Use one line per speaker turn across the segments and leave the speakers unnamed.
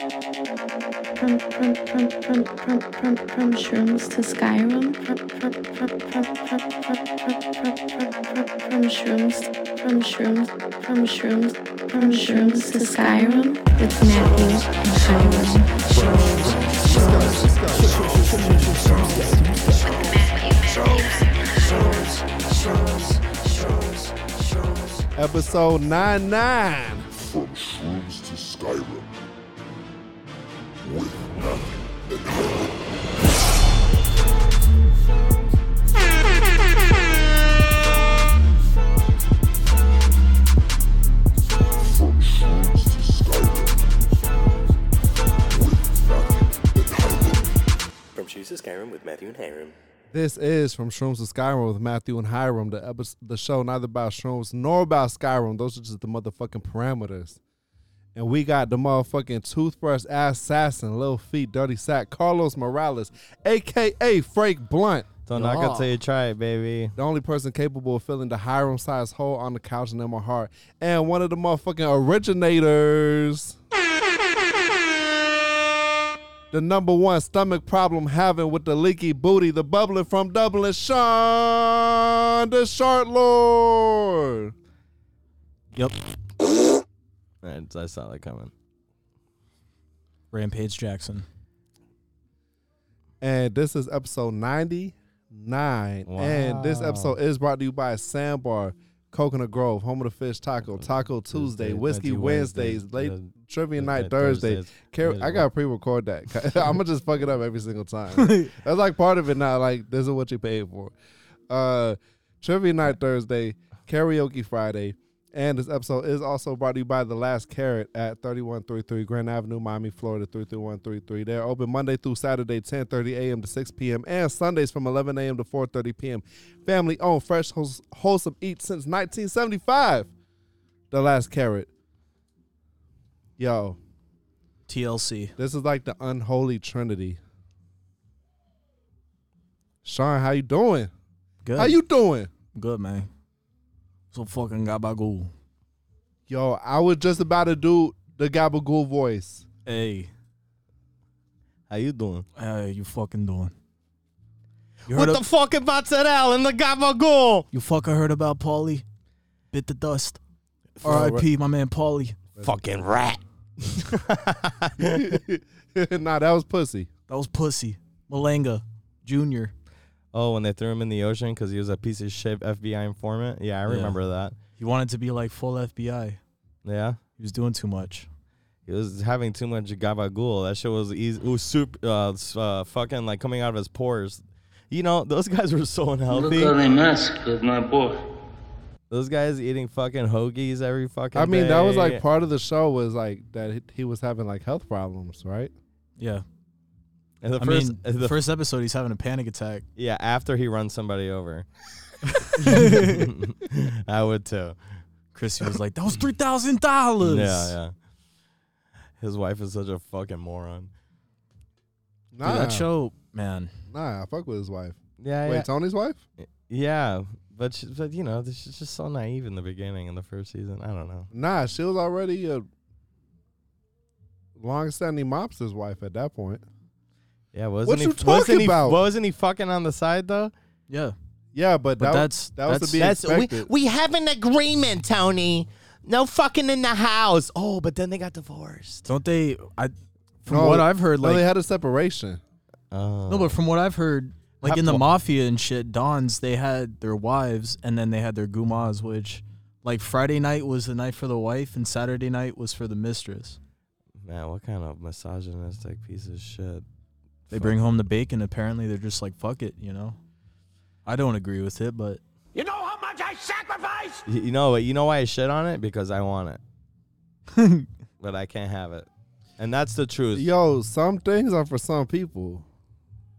From from from from from from from shrooms to Skyrim. From from from from from from from from from from shrooms from shrooms from shrooms from shrooms to Skyrim with Matthew and Hiram. Shrooms, shrooms,
Episode 99.
From Shrooms to Skyrim. With nothing and Hiram. From Shrooms to Skyrim. With nothing and Hiram.
From Shoes to Skyrim with Matthew and Hiram.
This is From Shrooms to Skyrim with Matthew and Hiram, the, episode, the show neither about shrooms nor about Skyrim. Those are just the motherfucking parameters. And we got the motherfucking toothbrush assassin, little feet, dirty sack, Carlos Morales, aka Frank Blunt,
Don't knock
Y'all.
until you try it, baby.
the only person capable of filling the Hiram sized hole on the couch and in my heart, and one of the motherfucking originators. The number one stomach problem having with the leaky booty, the bubbling from Dublin, Sean the Short Lord.
Yep.
I, I saw that coming.
Rampage Jackson.
And this is episode 99. And this
Wow.
episode is brought to you by Sandbar, Coconut Grove, Home of the Fish Taco, Taco Tuesday,
Tuesday,
Whiskey
Veggie
Wednesdays,
Wednesdays,
late
uh,
Trivia
uh,
Night
Thursdays,
Thursday. Car- I
Thursday.
gotta pre-record that. I'm gonna just fuck it up every single time. That's like part of it now. Like this is what you paid for. Uh, Trivia Night Thursday, Karaoke Friday, and this episode is also brought to you by The Last Carrot at 3133 Grand Avenue, Miami, Florida 33133. They're open Monday through Saturday, 10:30 a.m. to 6 p.m. and Sundays from 11 a.m. to 4:30 p.m. Family owned, fresh, wholes- wholesome eats since 1975. The Last Carrot. Yo,
TLC.
this is like the unholy trinity. Sean, how you doing?
Good.
How you doing?
Good, man. So fucking gabagool.
Yo, I was just about to do the gabagool voice.
Hey,
How you doing?
how you fucking doing? You
What
heard
the
ab-
fuck about that Al and the gabagool?
you fucker heard about Paulie? Bit the dust.
right.
R.I.P. My man Paulie.
Fucking rat.
nah, that was pussy.
That was pussy. Malanga Junior.
Oh, when they threw him in the ocean because he was a piece of shit FBI informant. Yeah, I
Yeah.
remember that.
He wanted to be like full FBI.
Yeah.
He was doing too much.
He was having too much gabagool. That shit was easy. It was super, uh, s- uh, fucking like coming out of his pores. You know, those guys were so unhealthy.
Look how they mess with my boy.
Those guys eating fucking hoagies every fucking
I mean, that was
day.
like part of the show was like that he- he was having like health problems, right?
Yeah.
And the
I
first,
mean,
and the
the first episode, he's having a panic attack.
Yeah, after he runs somebody over. I would too.
Chrissy was like, that was $3,000.
Yeah, yeah. His wife is such a fucking moron.
Nah,
Dude, that show, man.
nah, I fuck with his wife.
Yeah,
Wait,
yeah.
Tony's wife?
yeah, but she, but you know, she's just so naive in the beginning in the first season. I don't know.
Nah, she was already a long-standing mobster's wife at that point.
Yeah, wasn't
What
he?
you talking
wasn't he-
about?
wasn't he fucking on the side though?
Yeah.
Yeah, but,
But
that,
that's-
that was
that's-
to be
that's-
expected.
we have an agreement, Tony. No fucking in the house. Oh, but then they got divorced.
Don't they? I from
No,
what I've heard,
no,
like
they had a separation.
Oh,
no, but from what I've heard, like in the
Couple.
mafia and shit, dons they had their wives and then they had their gumas, which like Friday night was the night for the wife and Saturday night was for the mistress.
Oh, man, what kind of misogynistic piece of shit?
They bring home the bacon. Apparently, they're just like fuck it, you know. I don't agree with it, but
Y- You know, you know why I shit on it because I want it, but I can't have it, and that's the truth.
Yo, some things are for some people,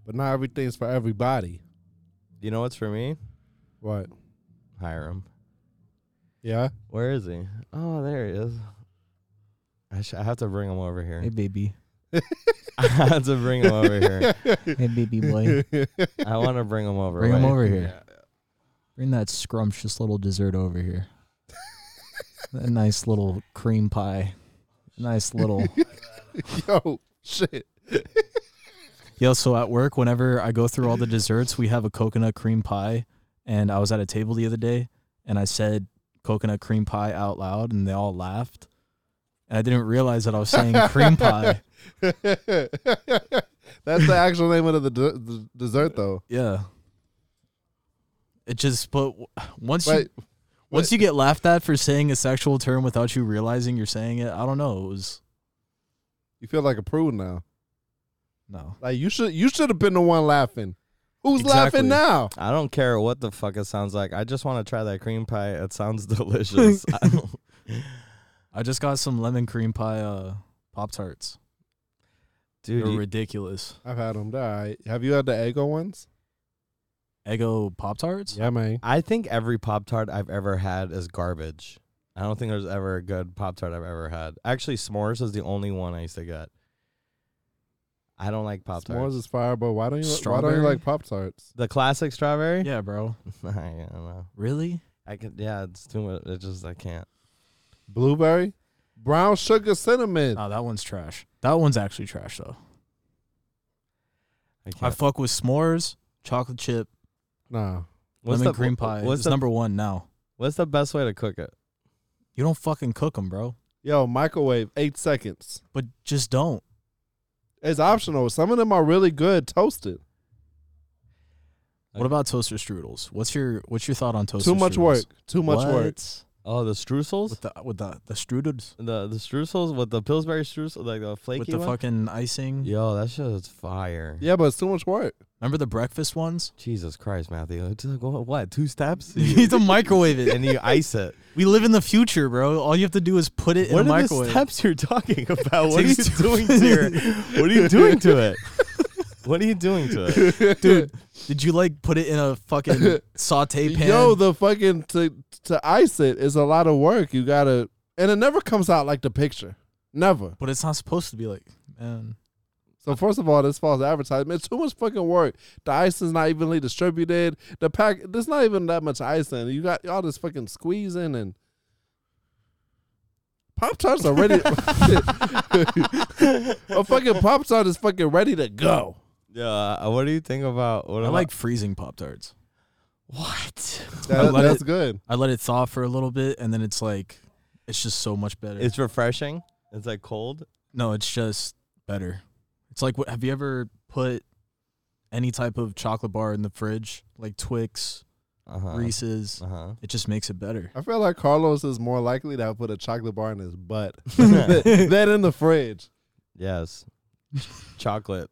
but not everything's for everybody.
You know what's for me?
What?
Hiram.
Yeah.
Where is he? Oh, there he is. I, sh- I have to bring him over
hey,
here.
baby,
I have to bring him over here.
hey, baby boy,
I want to bring him over.
Bring him
Wait.
over here. bring that scrumptious little dessert over here. that nice little cream pie, nice little.
Yo, shit.
Yo, so at work, whenever I go through all the desserts, we have a coconut cream pie. And I was at a table the other day and I said coconut cream pie out loud and they all laughed. And I didn't realize that I was saying cream pie.
That's the actual name of the, de- the dessert, though.
Yeah. It just, but w- once
But
you once you get laughed at for saying a sexual term without you realizing you're saying it, I don't know. It was
you feel like a prude now.
no.
Like you should you should have been the one laughing. Who's
Exactly.
laughing now?
I don't care what the fuck it sounds like. I just want to try that cream pie. It sounds delicious. I don't-
I just got some lemon cream pie uh, pop tarts. They're
Dude, you-
ridiculous.
I've had them. They're all right. Have you had the Eggo ones?
Eggo pop tarts?
Yeah, man.
I think every Pop Tart I've ever had is garbage. I don't think there's ever a good Pop Tart I've ever had. Actually, s'mores is the only one I used to get. I don't like Pop
S'mores
Tarts.
is fire, but why don't you why don't
Strawberry?
you like Pop Tarts?
The classic strawberry?
Yeah, bro.
I don't know.
Really?
I can, yeah, it's too much. It just, I can't.
Blueberry, brown sugar, cinnamon.
No, that one's trash. That one's actually trash though.
I can't.
I fuck with s'mores, chocolate chip,
nah,
lemon cream pie.
What's
it's
the,
number one now.
what's the best way to cook it?
You don't fucking cook them, bro.
yo, microwave eight seconds.
But just don't.
It's optional. Some of them are really good toasted.
What about toaster strudels? What's your what's your thought on toaster?
Too much
strudels?
work. Too much
What?
work.
Oh, the streusels?
with the with the the strudels
The the streusels with the Pillsbury streusel, like the flaky
with the
one.
fucking icing.
Yo, that shit is fire.
Yeah, but it's too much work.
Remember the breakfast ones?
Jesus Christ, Matthew. It took, what, what, two steps?
You need to microwave it.
and you ice it.
We live in the future, bro. All you have to do is put it
what
in the
are
microwave.
the steps you're talking about? What are you
Takes two-
doing to your, What are you doing to it? What are you doing to it?
Dude, did you like put it in a fucking saute pan?
Yo, the fucking to to ice it is a lot of work. You gotta, and it never comes out like the picture. Never.
but it's not supposed to be like, man.
So first of all, this false advertisement. It's too much fucking work. The icing's not evenly distributed. The pack, there's not even that much icing. You got all this fucking squeezing and pop tarts are ready. a fucking pop tart is fucking ready to go.
Yeah, uh, what do you think about? What
I
about-
like freezing pop tarts.
what?
That,
let
that's
it-
good.
I let it thaw for a little bit, and then it's like, it's just so much better.
It's refreshing. It's like cold.
no, it's just better. It's like, what have you ever put any type of chocolate bar in the fridge, like Twix,
Uh huh.
Reese's?
Uh huh.
It just makes it better.
I feel like Carlos is more likely to have put a chocolate bar in his butt than in the fridge.
Yes. Chocolate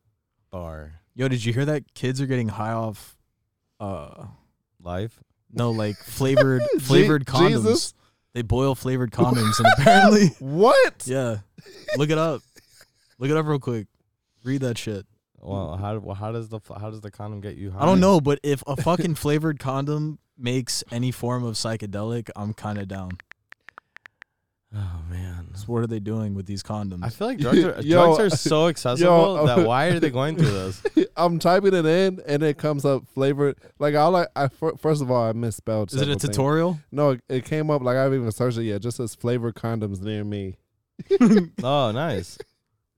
bar
Yo, did you hear that? Kids are getting high off, uh,
life.
no, like flavored
Je-
flavored condoms.
Jesus?
They boil flavored condoms, and apparently,
What?
yeah. Look it up. Look it up real quick. Read that shit.
Well, how do- well, how does the how does the condom get you? High?
I don't know, but if a fucking flavored condom makes any form of psychedelic, I'm kind of down.
Oh man.
So what are they doing with these condoms?
I feel like drugs are,
Yo,
drugs are so accessible that why are they going through this?
I'm typing it in and it comes up flavored. Like all I, I fir- first of all, I misspelled.
Is it a
several things.
tutorial?
No, it- it came up like I haven't even searched it yet. It just says flavored condoms near me.
Oh, nice.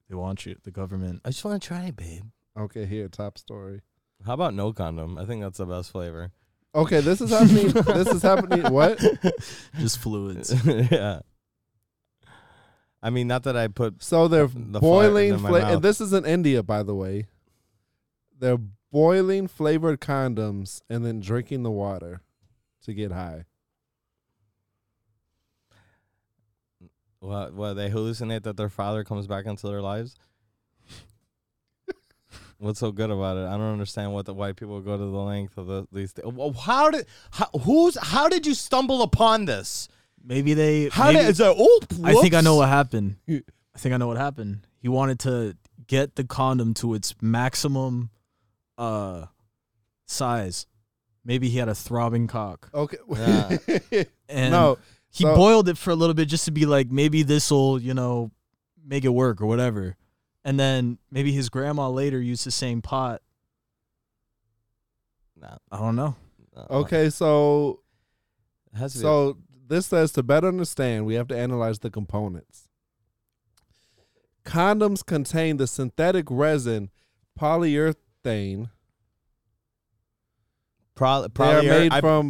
They want you, the government.
I just want to try it, babe.
Okay, here, top story.
How about no condom? I think that's the best flavor.
Okay, this is happening. this is happening. What?
Just fluids.
yeah. I mean, not that I put.
So they're
The fly-
boiling.
in my
Fla-
mouth.
and this is in India, by the way. They're boiling flavored condoms and then drinking the water to get high.
What? What? They hallucinate that their father comes back into their lives. What's so good about it? I don't understand what the white people go to the length of the, these. Th- Wh- how did? How, who's? How did you stumble upon this?
Maybe they.
How
maybe-
did? Is there, oh,
I think I know
whoops.
what happened. I think I know what happened. He wanted to get the condom to its maximum uh size. Maybe he had a throbbing cock.
Okay.
Yeah.
And
no.
he
So-
boiled it for a little bit just to be like maybe this will you know make it work or whatever and then maybe his grandma later used the same pot
Nah.
i don't know
Uh,
Okay. So
It has to be-
So this says to better understand, we have to analyze the components. Condoms contain the synthetic resin polyurethane.
Pro-
are
probably er-
made
I-
from-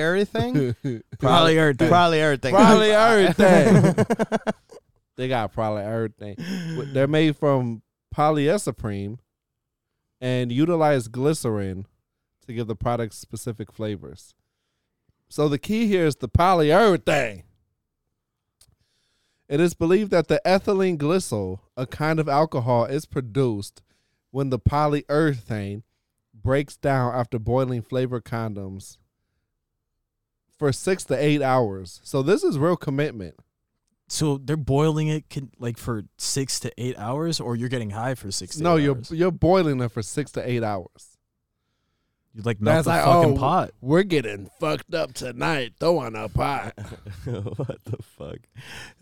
everything.
Probably everything.
Probably everything.
Polyurethane. they got polyurethane. Wh- They're made from polyesoprene and utilize glycerin to give the product specific flavors. So the key here is the polyurethane. It is believed that the ethylene glycol, a kind of alcohol, is produced when the polyurethane breaks down after boiling flavored condoms for six to eight hours. So this is real commitment.
So they're boiling it can, like for six to eight hours, or you're getting high for six. To
no,
eight
you're
hours?
you're boiling them for six to eight hours.
you like melt the
oh.
fucking pot.
We're getting fucked up tonight, throwing a pot.
what the fuck?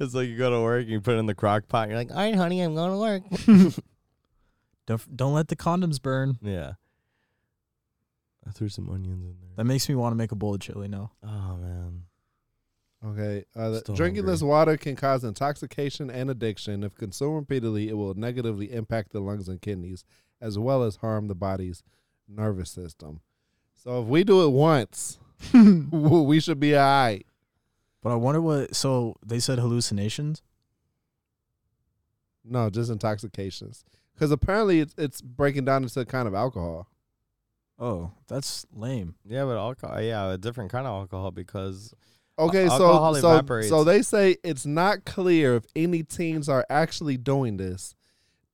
It's like you go to work, you put it in the crock pot, and you're like, all right, honey, I'm going to work.
Don't don't let the condoms burn.
yeah. I threw some onions in there.
That makes me want to make a bowl of chili now.
Oh, man.
Okay. Uh, the-
Still
drinking
hungry.
this water can cause intoxication and addiction. If consumed repeatedly, it will negatively impact the lungs and kidneys, as well as harm the body's nervous system. So if we do it once, we should be all right.
But I wonder what. So they said hallucinations.
No, just intoxications. Because apparently it's, it's breaking down into a kind of alcohol.
Oh, that's lame.
Yeah, but alcohol, yeah, a different kind of alcohol because
Okay,
alcohol
so so,
evaporates.
so they say it's not clear if any teens are actually doing this.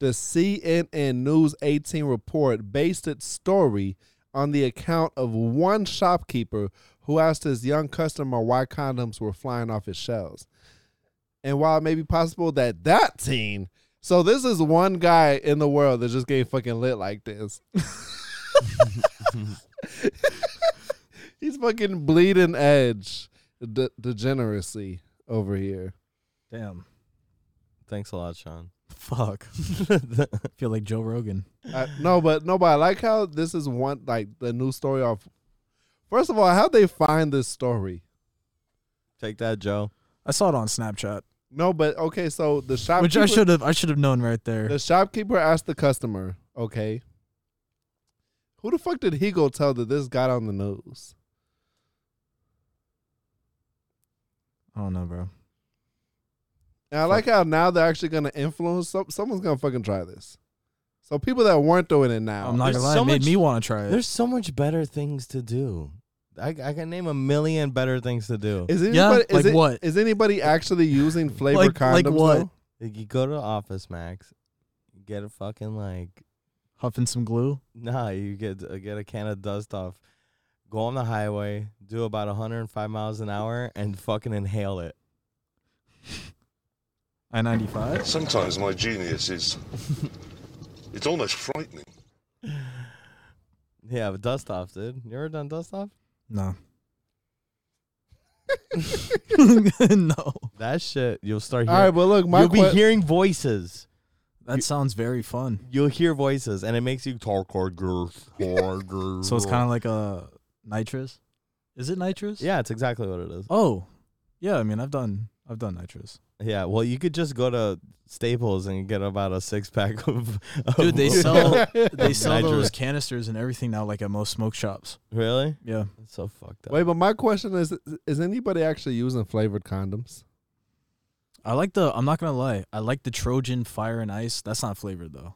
The CNN News 18 report based its story on the account of one shopkeeper who asked his young customer why condoms were flying off his shelves. And while it may be possible that that teen, so this is one guy in the world that just getting fucking lit like this. He's fucking bleeding edge de- degeneracy over here.
Damn.
thanks a lot, Sean.
Fuck. I feel like Joe Rogan.
I, no, but no, but I like how this is one like the new story of. First of all, how they find this story?
Take that, Joe.
I saw it on Snapchat,
No, but okay, so the shopkeeper,
which I should have. I should have known right there.
the shopkeeper asked the customer, okay, who the fuck did he go tell that this got on the news?
I don't know, bro.
And I like how now they're actually gonna influence. Some, someone's gonna fucking try this. So people that weren't doing it now,
I'm not
There's
gonna lie.
so
it made
much-
me want to try it.
There's so much better things to do. I, I can name a million better things to do.
is anybody
Yeah,
is
like
it-
what?
is anybody actually using flavored
Like-
condoms?
like what?
though?
Like, you go to the office, Max, get a fucking like
Huffing some glue.
Nah, you get uh, get a can of dust off, go on the highway, do about 105 miles an hour, and fucking inhale it.
I-95.
Sometimes my genius is. it's almost frightening.
Yeah, but dust off, dude. You ever done dust off?
No. no.
That shit, you'll start.
All right,
Hearing,
but look, my
you'll be
que-
hearing voices.
That sounds very fun.
You'll hear voices, and it makes you talk harder, harder.
So it's kind of like a nitrous. Is it nitrous?
yeah, it's exactly what it is.
Oh, yeah. I mean, I've done I've done nitrous.
Yeah, well, you could just go to Staples and get about a six pack of. of
Dude, they sell they sell
Nitrous.
those canisters and everything now, like at most smoke shops.
really.
Yeah.
It's so fucked up.
Wait, but my question is: Is anybody actually using flavored condoms?
I like the. I'm not gonna lie. I like the Trojan Fire and Ice. That's not flavored though.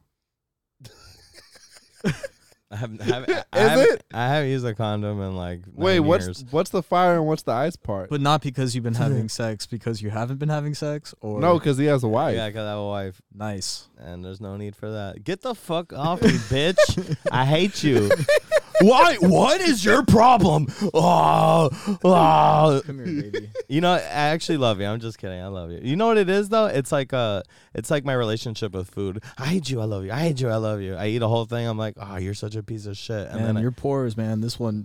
I haven't. I haven't, I,
Is
haven't
it?
I haven't used a condom in like.
Wait,
nine
what's
years.
what's the fire and what's the ice part?
But not because you've been having sex, because you haven't been having sex. Or
no, because he has a wife.
Yeah, I got that wife,
nice.
and there's no need for that. Get the fuck off me, bitch! I hate you. Why? What is your problem? Oh, oh.
Come here, baby.
You know, I actually love you. I'm just kidding. I love you. You know what it is though? It's like uh, it's like my relationship with food. I hate you. I love you. I hate you. I love you. I eat a whole thing. I'm like, oh, you're such a piece of shit. And
man,
then
your pores, man. This one,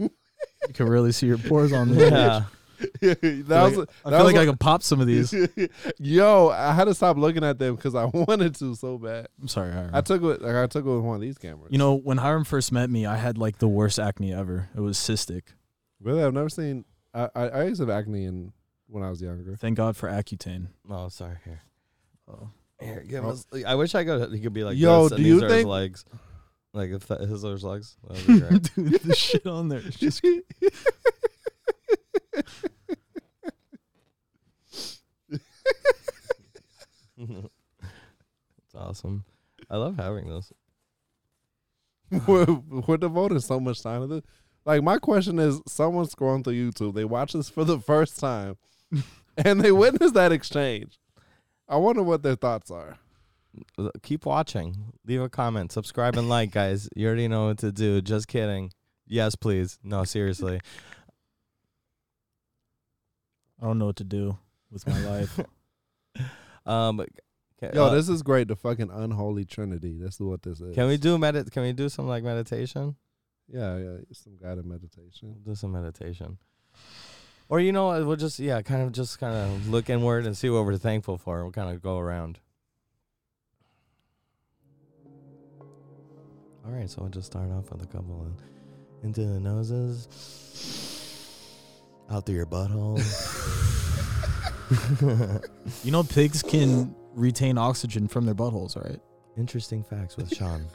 you can really see your pores on
I,
this.
yeah,
that
I
was,
feel like, I,
that
feel
was
like I can pop some of these.
what- Yo, I had to stop looking at them because I wanted to so bad.
I'm sorry, Hiram.
I took it. Like, I took it with one of these cameras.
you know, when Hiram first met me, I had like the worst acne ever. It was cystic.
really, I've never seen. I I, I used to have acne in, when I was younger.
Thank God for Accutane.
no, sorry. Oh, Here.
Oh.
Here, give
Oh.
us. like, I wish I could. He could be like,
Yo,
this, and
do you
these are his
think-
legs? Like if that, his are his legs, that'd be great.
Dude, the shit on there. is just-
it's awesome. I love having this.
we're, we're devoting so much time to this. Like my question is, someone's scrolling through YouTube, they watch this for the first time, and they witness that exchange. I wonder what their thoughts are.
L- Keep watching. Leave a comment. Subscribe and like, guys. You already know what to do. Just kidding. Yes, please. No, seriously.
I don't know what to do with my life.
Um, ca-
Yo,
uh,
this is great. The fucking unholy trinity. That's what this is.
can we do medit? Can we do some like meditation?
Yeah, yeah. Some guided meditation.
We'll do some meditation. Or you know, what, we'll just yeah, kind of just kind of look inward and see what we're thankful for. We'll kind of go around. All right, so we'll just start off with a couple of into the noses, out through your butthole.
you know, pigs can retain oxygen from their buttholes, right?
Interesting facts with Sean.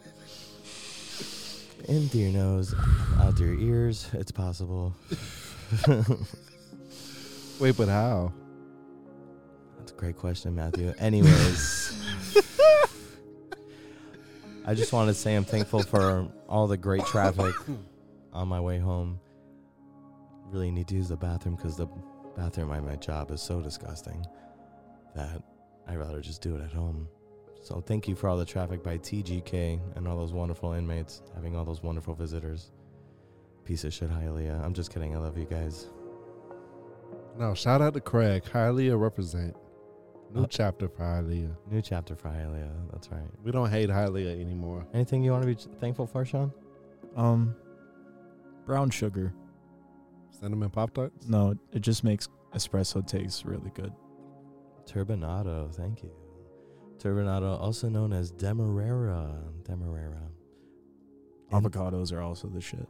In through your nose, out through your ears. It's possible.
Wait, but how?
That's a great question, Matthew. Anyways, I just wanted to say I'm thankful for all the great traffic on my way home. Really need to use the bathroom because the bathroom at my job is so disgusting that I'd rather just do it at home. So thank you for all the traffic by TGK and all those wonderful inmates, having all those wonderful visitors. Piece of shit, Hialeah. I'm just kidding. I love you guys.
No, shout out to Craig. Hylia represent. New
Uh,
chapter for Hylia.
New chapter for Hialeah. That's right.
We don't hate Hylia anymore.
Anything you want to be thankful for, Sean?
Um, brown sugar.
Cinnamon Pop Tarts?
No, it just makes espresso taste really good.
Turbinado, thank you. Turbinado, also known as Demerara. Demerara. And
Avocados are also the shit.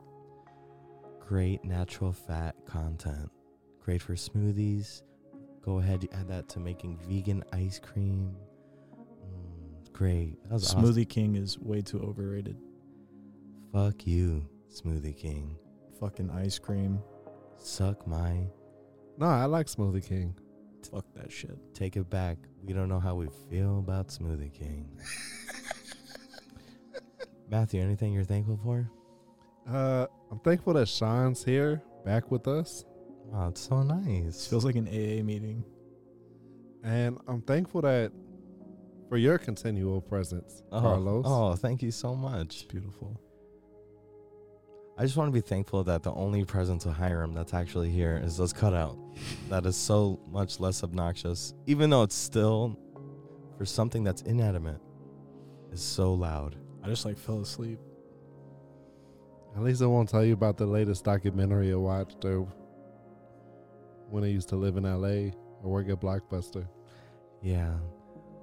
Great natural fat content. Great for smoothies. Go ahead, you add that to making vegan ice cream. Mm, great. That was
Smoothie King is way too overrated.
awesome. Fuck you, Smoothie King.
Fucking ice cream.
Suck my.
No, I like Smoothie King.
Fuck that shit.
Take it back. We don't know how we feel about Smoothie King. Matthew, anything you're thankful for?
Uh, I'm thankful that Sean's here, back with us.
Oh, it's so nice.
This feels like an AA meeting.
And I'm thankful that for your continual presence,
Oh,
Carlos.
Oh, thank you so much.
Beautiful.
I just want to be thankful that the only presence of Hiram that's actually here is this cutout that is so much less obnoxious, even though it's still for something that's inanimate is so loud.
I just like fell asleep.
At least I won't tell you about the latest documentary I watched or when I used to live in LA or work at Blockbuster.
Yeah.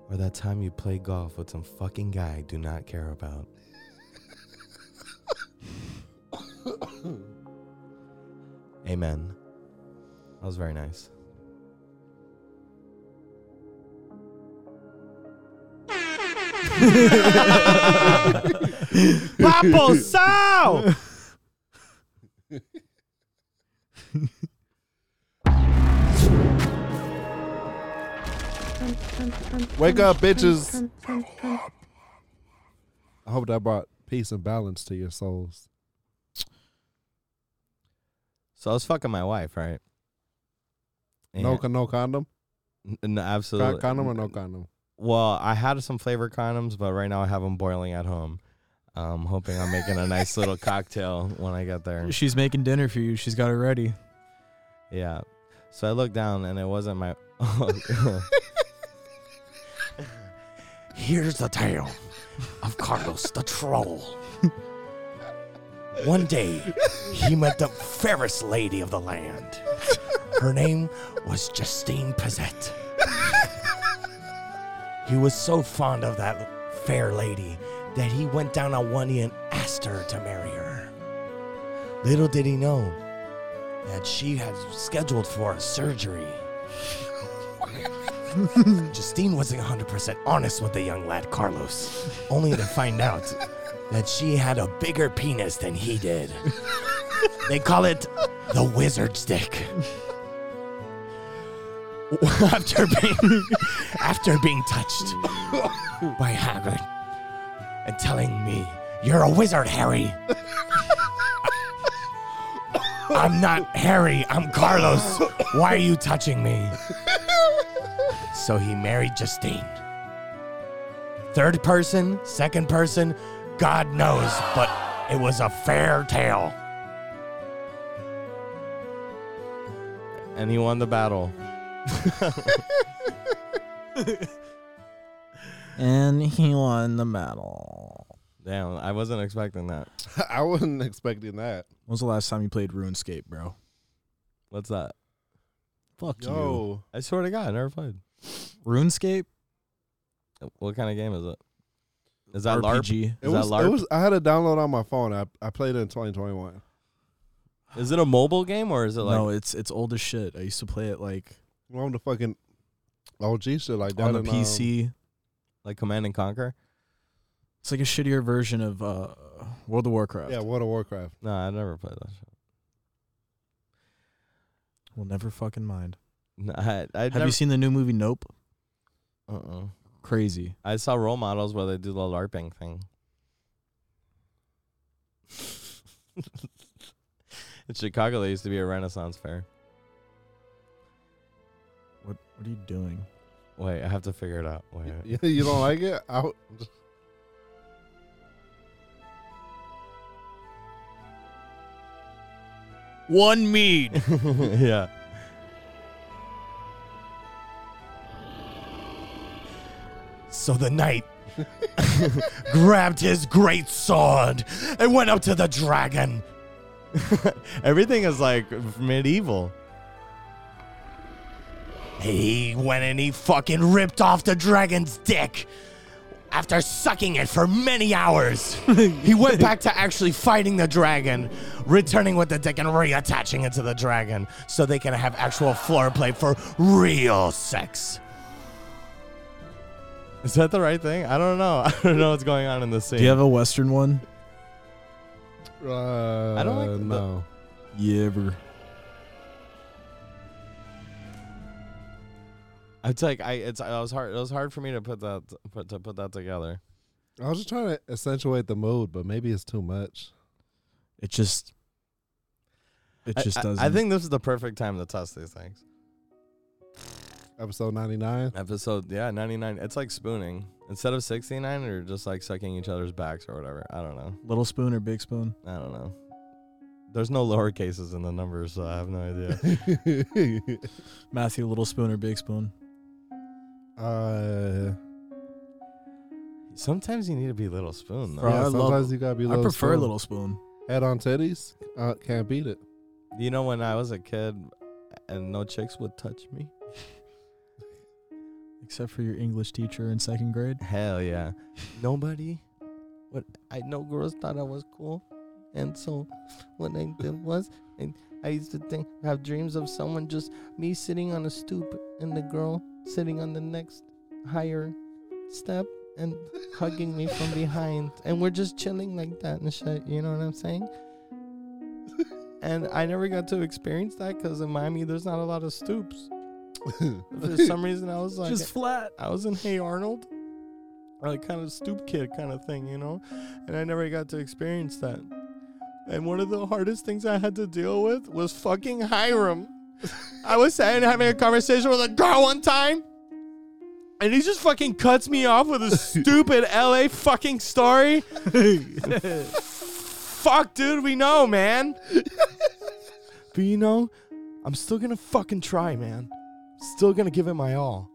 Or that time you play golf with some fucking guy I do not care about. Amen. That was very nice. Papo Sal!
Wake up, bitches. I hope that brought peace and balance to your souls.
So I was fucking my wife, right?
No,
And-
con- no condom?
N- n- absolutely.
Con- condom or no condom?
Well, I had some flavored condoms, but right now I have them boiling at home. I'm hoping I'm making a nice little cocktail when I get there.
She's making dinner for you. She's got it ready.
Yeah. So I looked down and it wasn't my. Here's the tale of Carlos the Troll. One day, he met the fairest lady of the land. Her name was Justine Pizette. He was so fond of that fair lady that he went down on one knee and asked her to marry her. Little did he know that she had scheduled for a surgery. Justine wasn't 100% honest with the young lad Carlos, only to find out that she had a bigger penis than he did. They call it the wizard's dick. after being after being touched by Hagrid and telling me, "You're a wizard, Harry." I'm not Harry, I'm Carlos. Why are you touching me? So he married Justine. Third person, second person, God knows, but it was a fair tale. And he won the battle.
And he won the medal.
Damn, I wasn't expecting that.
I wasn't expecting that.
When was the last time you played RuneScape, bro?
What's that?
Fuck
Yo,
I swear to God, I never played.
you. RuneScape?
What kind of game is it? Is that LARP? Is
RPG.
it
that
was,
LARP?
it was. I had a download on my phone. I, I played it in 2021.
is it a mobile game or is it like
no, it's it's old as shit. I used to play it like
Well, I'm the fucking OG shit like that
on the
and, um,
PC.
like Command and Conquer?
It's like a shittier version of uh, World of Warcraft.
um, yeah, World of Warcraft.
No, I never played that. Shit.
We'll never fucking mind.
No, I, I
Have you seen the new movie Nope?
uh-uh.
Crazy.
I saw role models where they do the LARPing thing. In Chicago, there used to be a Renaissance fair.
What what are you doing?
Wait, I have to figure it out. Wait.
You, you don't like it? I, w-
One mead.
yeah. So the knight grabbed his great sword and went up to the dragon. Everything is like medieval. He went and he fucking ripped off the dragon's dick. After sucking it for many hours, he went back to actually fighting the dragon, returning with the dick and reattaching it to the dragon so they can have actual floor play for real sex. Is that the right thing? I don't know. I don't know what's going on in this scene.
Do you have a Western one?
uh,
don't like the-
no.
Yeah, bro.
it's like I it's it was hard it was hard for me to put that put to put that together.
I was just trying to accentuate the mood, but maybe it's too much.
It just it just
I,
doesn't.
I think this is the perfect time to test these things.
Episode 99.
Episode yeah, 99. It's like spooning. Instead of 69 or just like sucking each other's backs or whatever. I don't know.
little spoon or big spoon.
I don't know. There's no lower cases in the numbers, so I have no idea.
Matthew, little spoon or big spoon.
uh,
Sometimes you need to be little spoon though.
Bro, I
yeah,
love-
sometimes you gotta be.
I
Little
prefer
spoon.
little spoon.
head on titties. Uh, can't beat it.
You know when I was a kid and no chicks would touch me?
Except for your English teacher in second grade.
Hell yeah. Nobody. What I know, girls thought I was cool, and so what I did was, I, I used to think have dreams of someone just me sitting on a stoop and the girl sitting on the next higher step and hugging me from behind, and we're just chilling like that and shit. You know what I'm saying? And I never got to experience that because in Miami, there's not a lot of stoops. For some reason, I was like,
Just flat.
I was in Hey Arnold, like kind of stoop kid kind of thing, you know, and I never got to experience that. And one of the hardest things I had to deal with was fucking Hiram. I was sitting having a conversation with a girl one time, and he just fucking cuts me off with a stupid LA fucking story. Fuck, dude, we know, man. but you know, I'm still gonna fucking try, man. Still gonna give it my all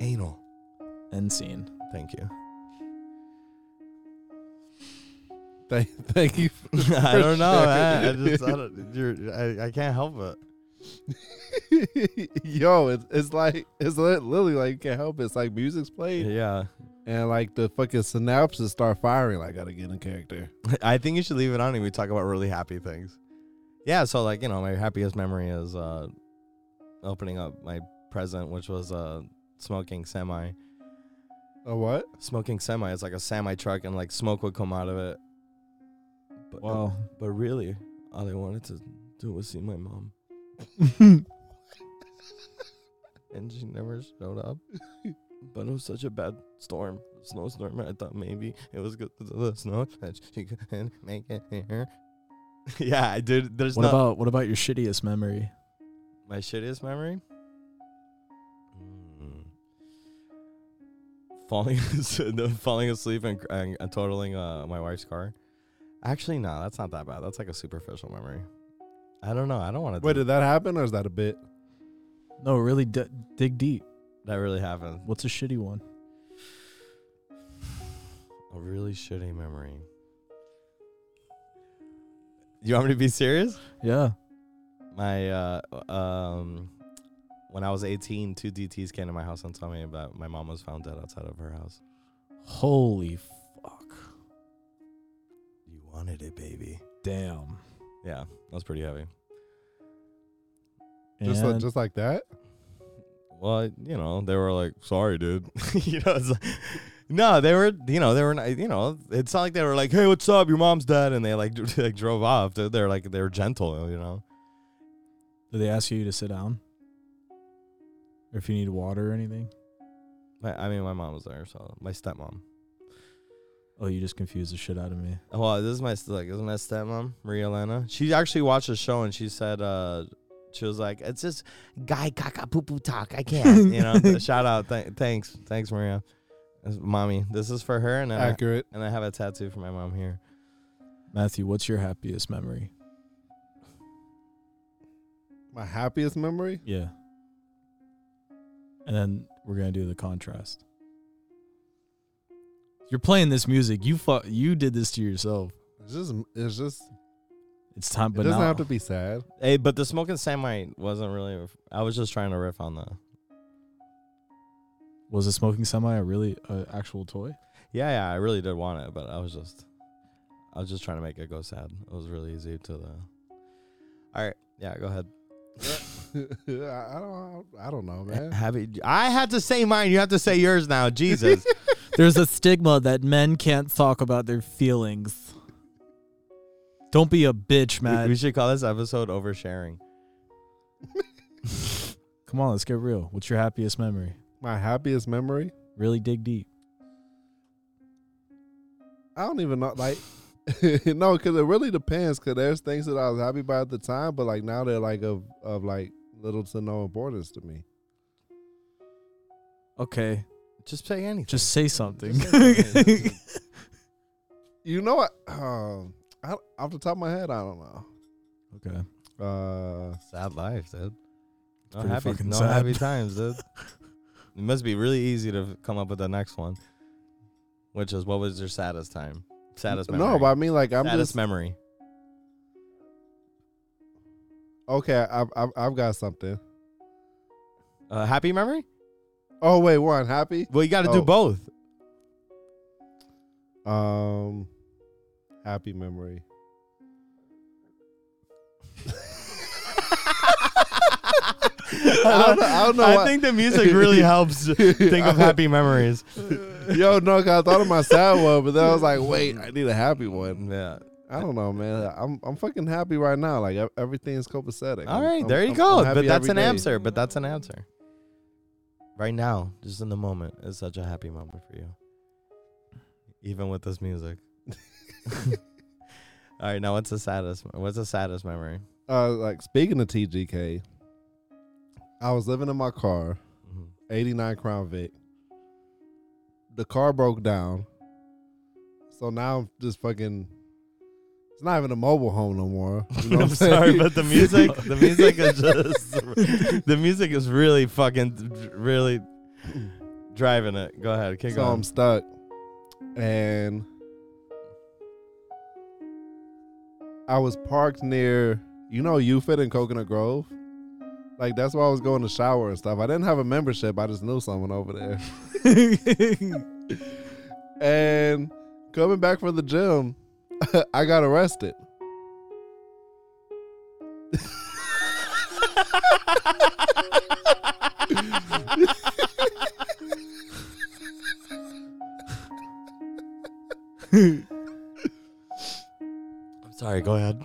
anal.
End scene.
Thank you.
Thank, thank you.
I don't know. I, I
sharing.
just I, don't, you're, I, I can't help it.
Yo, it's, it's like it's li- literally like you can't help it. It's like music's played
Yeah,
and like the fucking synapses start firing. Like gotta get in character.
I think you should leave it on and we talk about really happy things. Yeah, so like you know, my happiest memory is uh, opening up my present, which was a smoking semi.
A what?
Smoking semi is like a semi truck, and like smoke would come out of it. But,
Wow.
but really, all I wanted to do was see my mom, and she never showed up. But it was such a bad storm, snowstorm. I thought maybe it was good to the snow that she couldn't make it here. yeah, I did. There's
what
not
about what about your shittiest memory?
my shittiest memory. Mm. Falling, as- no, falling asleep and, and, and totaling uh, my wife's car. Actually, no, that's not that bad. That's like a superficial memory. I don't know. I don't want to.
Wait, did that happen or is that a bit?
No, really d- dig deep.
that really happened.
What's a shitty one?
A really shitty memory. You want me to be serious?
Yeah.
My uh um when I was 18, two DTs came to my house and told me about my mom was found dead outside of her house.
Holy fuck.
You wanted it, baby.
Damn.
Yeah, that was pretty heavy.
Just like,
And-
just like that?
Well, you know, they were like, "Sorry, dude." you know, it's like, no, they were, you know, they were, ni- you know, it's not like they were like, "Hey, what's up? Your mom's dead," and they like, d- like drove off. They're, they're like, they were gentle, you know.
Did they ask you to sit down? Or if you need water or anything?
My, I mean, my mom was there, so my stepmom.
Oh, you just confused the shit out of me.
Well, this is my st- like, isn't my stepmom Maria Elena? She actually watched the show and she said, uh, she was like, "It's just guy caca poo poo talk. I can't," you know. th- Shout out, th- thanks, thanks, Maria, That's mommy. This is for her, and then I,
Accurate.
and I have a tattoo for my mom here.
Matthew, what's your happiest memory?
My happiest memory?
Yeah. And then we're gonna do the contrast. You're playing this music. You fu- you did this to yourself.
It's just, it's just,
It's time,
it
but
doesn't
now-
have to be sad.
Hey, but the smoking semi wasn't really. a- I was just trying to riff on the.
was a smoking semi a really uh, actual toy?
Yeah, yeah, I really did want it, but I was just, I was just trying to make it go sad. It was really easy to the. All right, yeah, go ahead.
I don't, I don't know, man.
Have it, I had to say mine. You have to say yours now. Jesus.
There's a stigma that men can't talk about their feelings. Don't be a bitch,
we, we
Matt.
should call this episode oversharing.
Come on, let's get real. What's your happiest memory?
My happiest memory?
Really dig deep.
I don't even know. Like, no, because it really depends. Because there's things that I was happy about at the time, but like now they're like of of like little to no importance to me.
Okay,
Just say anything.
just say something.
You know what? Um, I, off the top of my head, I don't know.
okay.
Uh,
sad life, dude. No
pretty
happy,
fucking
no
sad.
happy times, dude. it must be really easy to come up with the next one, which is what was your saddest time? Saddest memory.
no, but I mean, like, I'm
saddest
just
memory.
okay. I've, I've I've got something.
Uh, happy memory?
Oh wait, we're unhappy.
Well, you got to
Oh.
do both.
Um, happy memory. I don't know- I don't know why-
think the music really helps think of happy memories.
Yo, no, 'cause I thought of my sad one, but then I was like, wait, I need a happy one.
Yeah.
I don't know, man. I'm I'm fucking happy right now. Like ev- everything's copacetic.
All
I'm-
right,
I'm-
there you
I'm-
go.
I'm happy
but that's
every
an
day.
answer. But that's an answer. Right now, just in the moment, is such a happy moment for you. Even with this music. All right, now what's the saddest? What's the saddest memory?
Uh, like speaking of TGK, I was living in my car,
Mhm.
89 Crown Vic. The car broke down, so now I'm just fucking. It's not even a mobile home no more. You know what
I'm sorry,
saying?
but the music, the music is just, the music is really fucking, really driving it. Go ahead, kick
so
on.
I'm stuck, and I was parked near, you know, UFIT in Coconut Grove. Like that's where I was going to shower and stuff. I didn't have a membership. I just knew someone over there. and coming back from the gym, I got arrested.
I'm sorry, go ahead.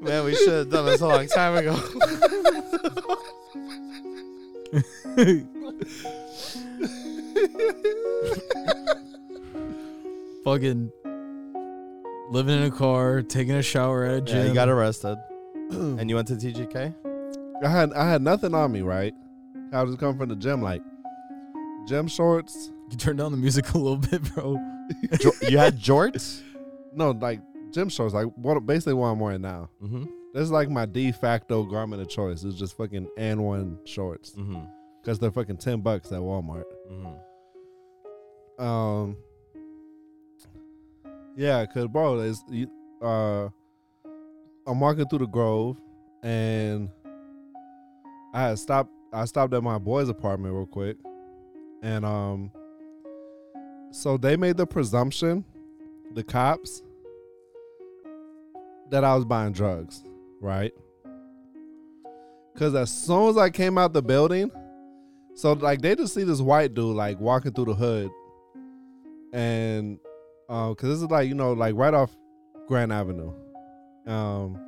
Man, we should have done this a long time ago.
Fucking living in a car, taking a shower at a gym.
Yeah, you got arrested. and you went to TGK?
I had I had nothing on me, right? I was just coming from the gym, like gym shorts.
You turn down the music a little bit, bro.
Jo- you had jorts?
No, like gym shorts, like what basically what I'm wearing now.
Mm-hmm.
This is like my de facto garment of choice. It's just fucking and one shorts
Mm-hmm.
because they're fucking ten bucks at Walmart.
Mm-hmm.
Um, yeah, cause bro, it's, you, uh, I'm walking through the Grove, and I had stopped. I stopped at my boy's apartment real quick, and um, so they made the presumption, the cops, that I was buying drugs, right? Cause as soon as I came out the building, so like they just see this white dude like walking through the hood, and um, cause this is like you know like right off Grand Avenue, um,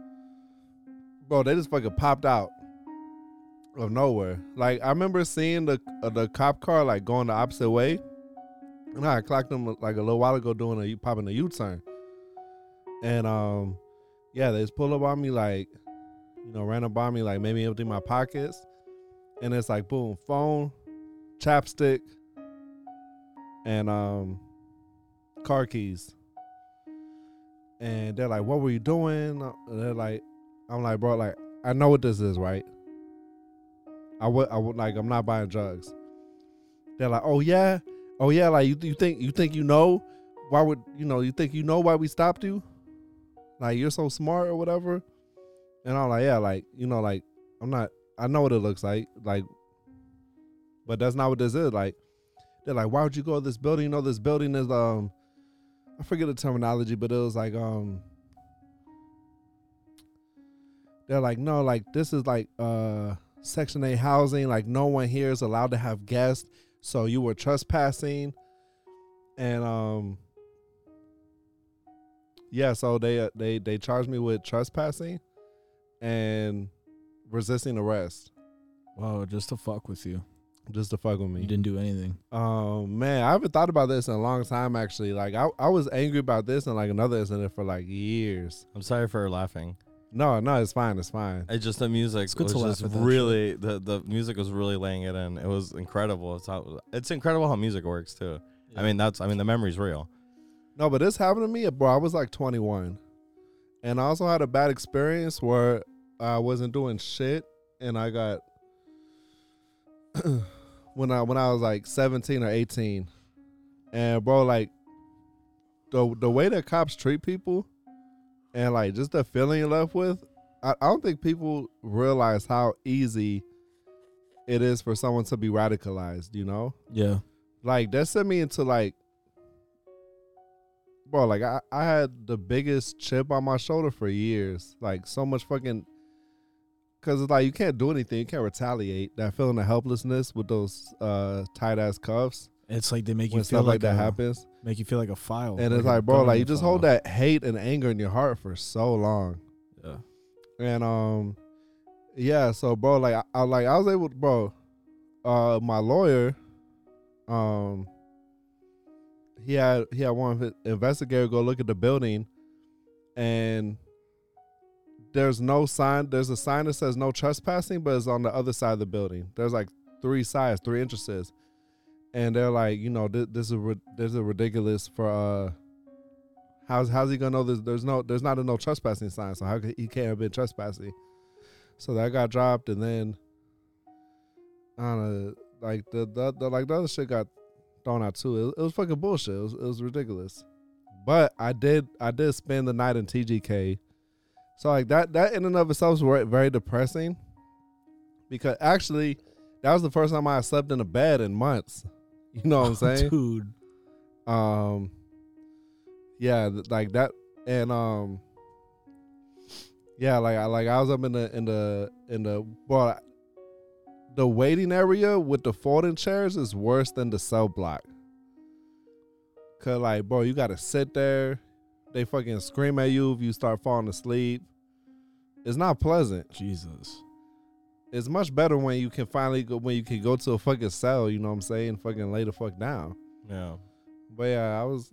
bro, they just fucking popped out of nowhere. Like I remember seeing the uh, the cop car like going the opposite way, and I clocked them uh, like a little while ago doing a U- popping a U turn, and um, yeah, they just pulled up on me like, you know, ran up on me like made me empty my pockets and it's like boom, phone, chapstick, and um, car keys. And they're like, "What were you doing?" Uh, And they're like, "I'm like, bro, like I know what this is, right? I would, I would like, I'm not buying drugs." They're like, "Oh yeah, oh yeah, like you, you think you think you know why would you know you think you know why we stopped you? Like you're so smart or whatever." And I'm like, "Yeah, like you know, like I'm not I know what it looks like. Like, but that's not what this is. Like, they're like, why would you go to this building? You know, this building is um, I forget the terminology, but it was like um, they're like, no, like this is like uh, Section Eight housing. Like, no one here is allowed to have guests. So you were trespassing, and um, yeah. So they uh, they they charged me with trespassing, and resisting arrest
Wow, just to fuck with you.
just to fuck with
You
me.
didn't do anything.
Um, man, I haven't thought about this in a long time. Actually, like I, I was angry about this and like another incident for like years.
I'm sorry for laughing.
No, no, it's fine, it's fine.
It's just the music
good
was
to laugh
just
at that shit.
really the, the music was really laying it in. It was incredible. It's how it's incredible how music works too. I mean that's I mean the memory's real.
No, but this happened to me, bro. I was like 21, and I also had a bad experience where I wasn't doing shit, and I got when I when I was like 17 or 18, and bro, like the the way that cops treat people, and like just the feeling you're left with, I, I don't think people realize how easy it is for someone to be radicalized. You know
Yeah.
like that sent me into like bro like I, I had the biggest chip on my shoulder for years like so much fucking because it's like you can't do anything you can't retaliate that feeling of helplessness with those uh tight ass cuffs
It's like they make
when
you feel
stuff
like,
like that
a,
happens
Make Oh, you feel like a file.
and it's
a
like bro
gun
like
in
you
a
just
file.
hold that hate and anger in your heart for so long
Yeah.
and um yeah so bro like I, I like i was able bro uh my lawyer um he had he had one of his investigator go look at the building and there's no sign there's a sign that says no trespassing but it's on the other side of the building there's like three sides three entrances and they're like you know this, this is ri- this is ridiculous for uh How's how's he gonna know there's there's no there's not a no trespassing sign, so how could, he can't have been trespassing. So that got dropped, and then I don't know, like the, the, the like the other shit got thrown out too. It, it was fucking bullshit. It was, it was ridiculous. But I did I did spend the night in TGK, so like that that in and of itself was very- very depressing, because actually that was the first time I slept in a bed in months. You know what I'm saying?
Dude.
Um, yeah, th- like that, and um, yeah, like I like I was up in the in the in the well, the waiting area with the folding chairs is worse than the cell block. Cause like, bro, you gotta sit there. They fucking scream at you if you start falling asleep. It's not pleasant
Jesus.
it's much better when you can finally go when you can go to a fucking cell, you know what I'm saying, fucking lay the fuck down.
Yeah.
But yeah, I was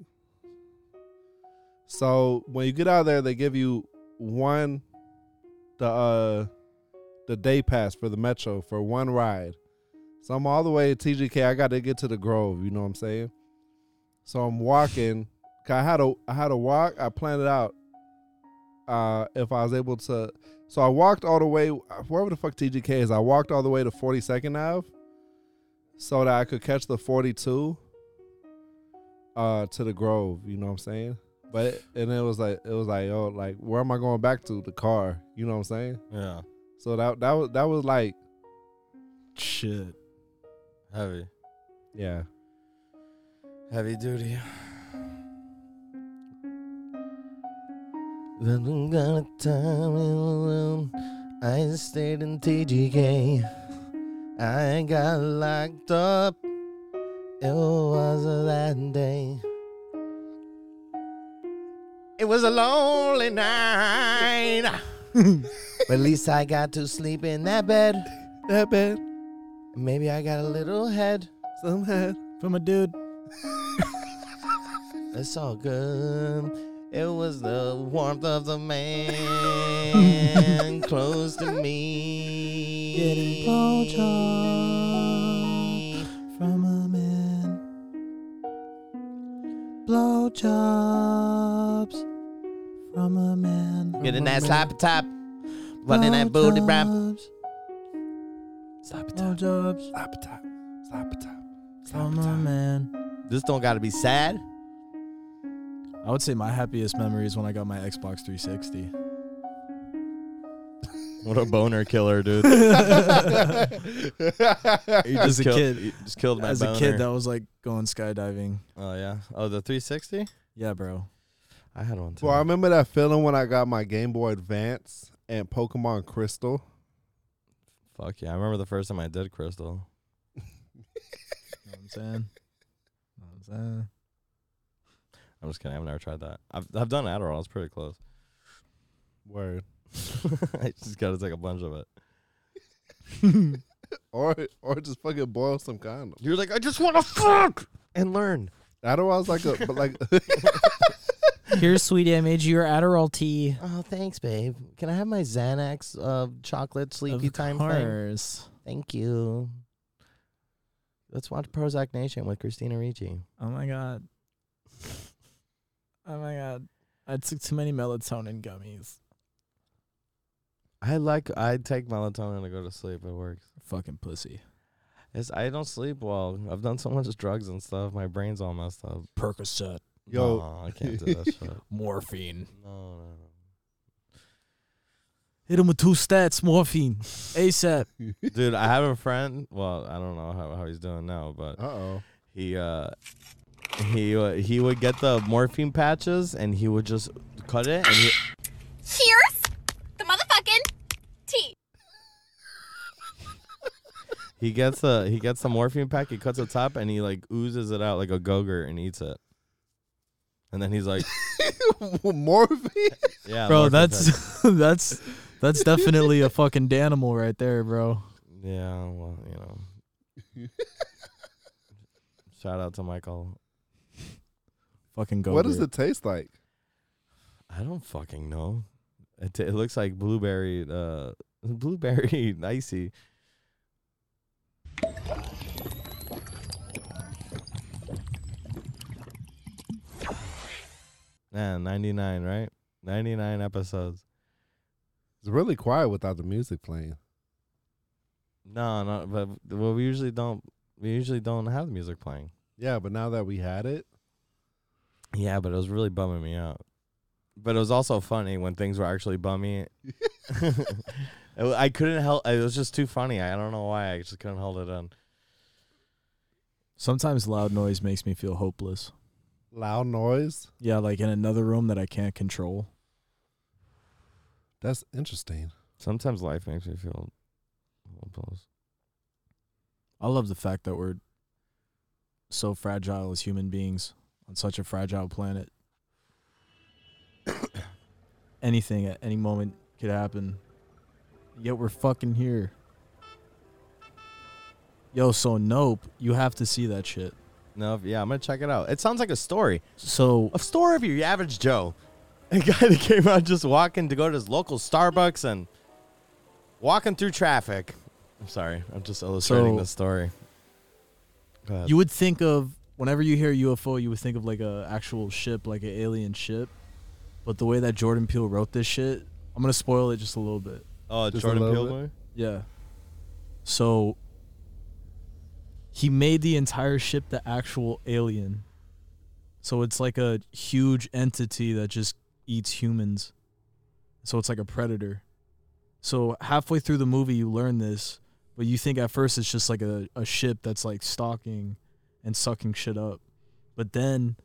so when you get out there they give you one the uh the day pass for the metro for one ride. So I'm all the way at TGK, I gotta get to the Grove, you know what I'm saying? So I'm walking. 'cause I had a I had a walk, I planned it out. Uh if I was able to so I walked all the way, wherever the fuck TGK is, I walked all the way to 42nd Ave so that I could catch the 42 uh, to the Grove, you know what I'm saying? But, and it was like, it was like, oh, like, where am I going back to? The car, you know what I'm saying?
Yeah.
So that, that was, that was like,
Shit.
Heavy.
yeah.
Heavy duty. Then got a time alone. I stayed in TGK. I got locked up. It was that day. It was a lonely night. but at least I got to sleep in that bed.
That bad,
Maybe I got a little head.
somehow.
From a dude.
It's all good. It was the warmth of the man close to me.
Getting blowjob from a man. Blowjobs from a man.
Getting that sloppy top. Running that booty rap.
Slap it up. Blowjobs
Slap it up, slap it up, slap
from
it
a
up.
man.
This don't gotta be sad.
I would say my happiest memory is when I got my Xbox 360.
What a boner killer, dude.
As a kid,
just killed
as a kid, that was like going skydiving.
oh yeah. Oh, the 360.
Yeah, bro.
I had one too.
Well, I remember that feeling when I got my Game Boy Advance and Pokemon Crystal.
Fuck yeah! I remember the first time I did crystal.
You know what I'm saying? Know what I'm saying?
I'm just kidding. I've never tried that. I've I've done Adderall. It's pretty close.
Word.
I just gotta take a bunch of it.
Or or just fucking boil some condoms.
You're like, I just want to fuck and learn.
Adderall's like a but like
Here, sweetie, I made you your Adderall tea.
Oh, thanks, babe. Can I have my Xanax uh, chocolate sleepy
of
time thing?
course.
Thank you. Let's watch Prozac Nation with Christina Ricci.
Oh my god. Oh my god. I took too many melatonin gummies.
I like. I take melatonin to go to sleep. It works.
Fucking pussy.
It's, I don't sleep well. I've done so much drugs and stuff. My brain's all messed up.
Percocet,
Yo.
no, I can't do that shit. No,
morphine.
no, no.
Hit him with two stats, morphine, ASAP.
Dude, I have a friend. Well, I don't know how, how he's doing now, but
Uh oh.
he uh he uh, he would get the morphine patches and he would just cut it and he,
Cheers! The motherfucking tea.
he gets a he gets the morphine pack he cuts the top and he like oozes it out like a gogurt and eats it and then he's like
Morphine?
yeah
Bro,
morphine patch.
that's that's that's definitely a fucking animal right there, bro.
yeah well you know shout out to michael
Fucking go.
What does it taste like?
i don't fucking know it, t- it looks like blueberry uh blueberry icy Man, 99, right? 99 episodes.
It's really quiet without the music playing.
No, no, but well, we usually don't. We usually don't have the music playing.
Yeah, but now that we had it,
Yeah, but it was really bumming me out. But it was also funny when things were actually bummy. It wa- I couldn't help. It was just too funny. I don't know why. I just couldn't hold it in.
Sometimes loud noise makes me feel hopeless.
Loud noise.
Yeah, like in another room that I can't control.
That's interesting.
Sometimes life makes me feel hopeless.
I love the fact that we're so fragile as human beings on such a fragile planet. Anything at any moment could happen. Yet we're fucking here. Yo, so nope, you have to see that shit.
No, yeah, I'm gonna check it out. It sounds like a story.
So
A story of your average Joe. A guy that came out just walking to go to his local Starbucks and walking through traffic. I'm sorry, I'm just illustrating
So-
the story. Go ahead.
you would think of whenever you hear UFO, you would think of like a actual ship, like an alien ship. But the way that Jordan Peele wrote this shit, I'm gonna spoil it just a little bit.
oh,
Just a
Jordan
little
Peele
bit.
movie?
Yeah. So he made the entire ship the actual alien. So it's like a huge entity that just eats humans. So it's like a predator. So halfway through the movie you learn this, but you think at first it's just like a, a ship that's like stalking and sucking shit up. But then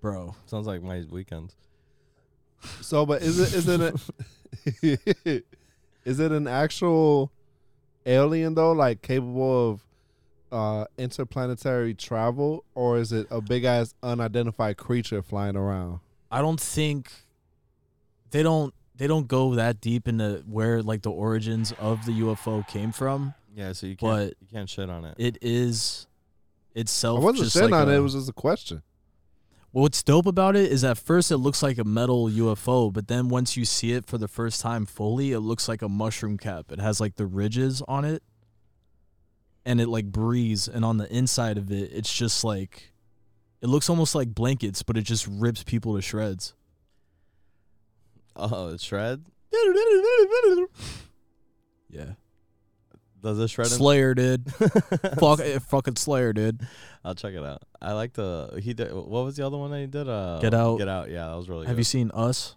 bro,
Sounds like my weekends.
So, but is it is it a, is it an actual alien though, like capable of uh interplanetary travel, or is it a big ass unidentified creature flying around?
I don't think they don't they don't go that deep into where like the origins of the UFO came from.
Yeah, so you can't
can't-
you can't shit on it.
It is itself.
I wasn't
just
saying
like
on it.
a-
It was just a question.
Well, what's dope about it is at first it looks like a metal UFO, but then once you see it for the first time fully, it looks like a mushroom cap. It has like the ridges on it, and it like breathes, and on the inside of it, it's just like it looks almost like blankets, but it just rips people to shreds.
oh, it shred?
Yeah,
Does it shred? in-
Slayer did. Fuck, eh, fucking Slayer did.
I'll check it out. I like the he did. What was the other one that he did? Uh,
Get Out.
Get out. Yeah, that was really.
Have
good.
you seen Us?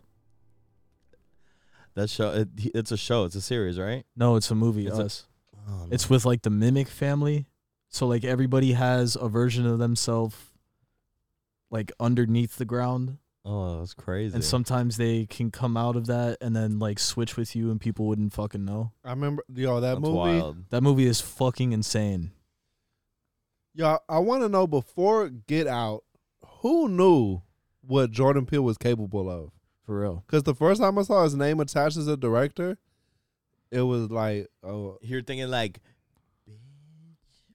that show? It, he- it's a show. It's a series, right?
No, it's a movie.
It's a-
Us.
Oh,
It's with like the mimic family. So like everybody has a version of themselves like underneath the ground.
oh, that's crazy.
And sometimes they can come out of that and then like switch with you and people wouldn't fucking know.
I remember, yo, that
that's
movie.
wild.
That movie is fucking insane.
Yo, I want to know before Get Out, who knew what Jordan Peele was capable of?
For real.
Because the first time I saw his name attached as a director, it was like, oh,
You're thinking like,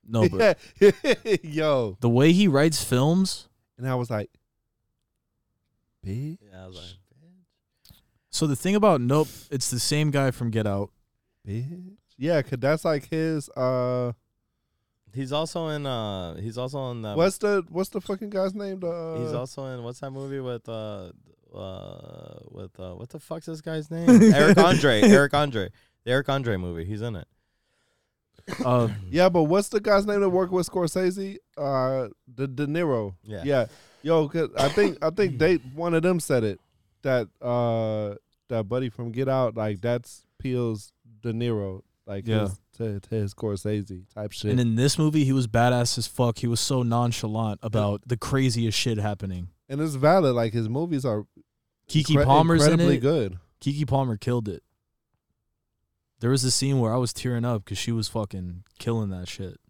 No, but
yeah. yo,
the way he writes films,
and I was like, bitch,
yeah, I was like
so the thing about Nope, it's the same guy from Get Out.
bitch, yeah, because that's like his. Uh,
he's also in. Uh, he's also in that.
what's the what's the fucking guy's name? The, uh,
he's also in what's that movie with uh, uh, with uh, what the fuck's this guy's name? Eric Andre. Eric Andre. The Eric Andre movie. He's in it.
Uh
yeah, but what's the guy's name that worked with Scorsese? Uh, the De Niro.
Yeah.
yeah, yo, 'cause I think I think they one of them said it that uh that buddy from Get Out like that's Peel's De Niro like
Yeah.
his, to, to his Scorsese type shit.
and in this movie he was badass as fuck. He was so nonchalant about the craziest shit happening.
and it's valid. Like his movies are
Kiki
incre-
Palmer's in
incredibly
it.
good.
Kiki Palmer killed it. There was a scene where I was tearing up because she was fucking killing that shit.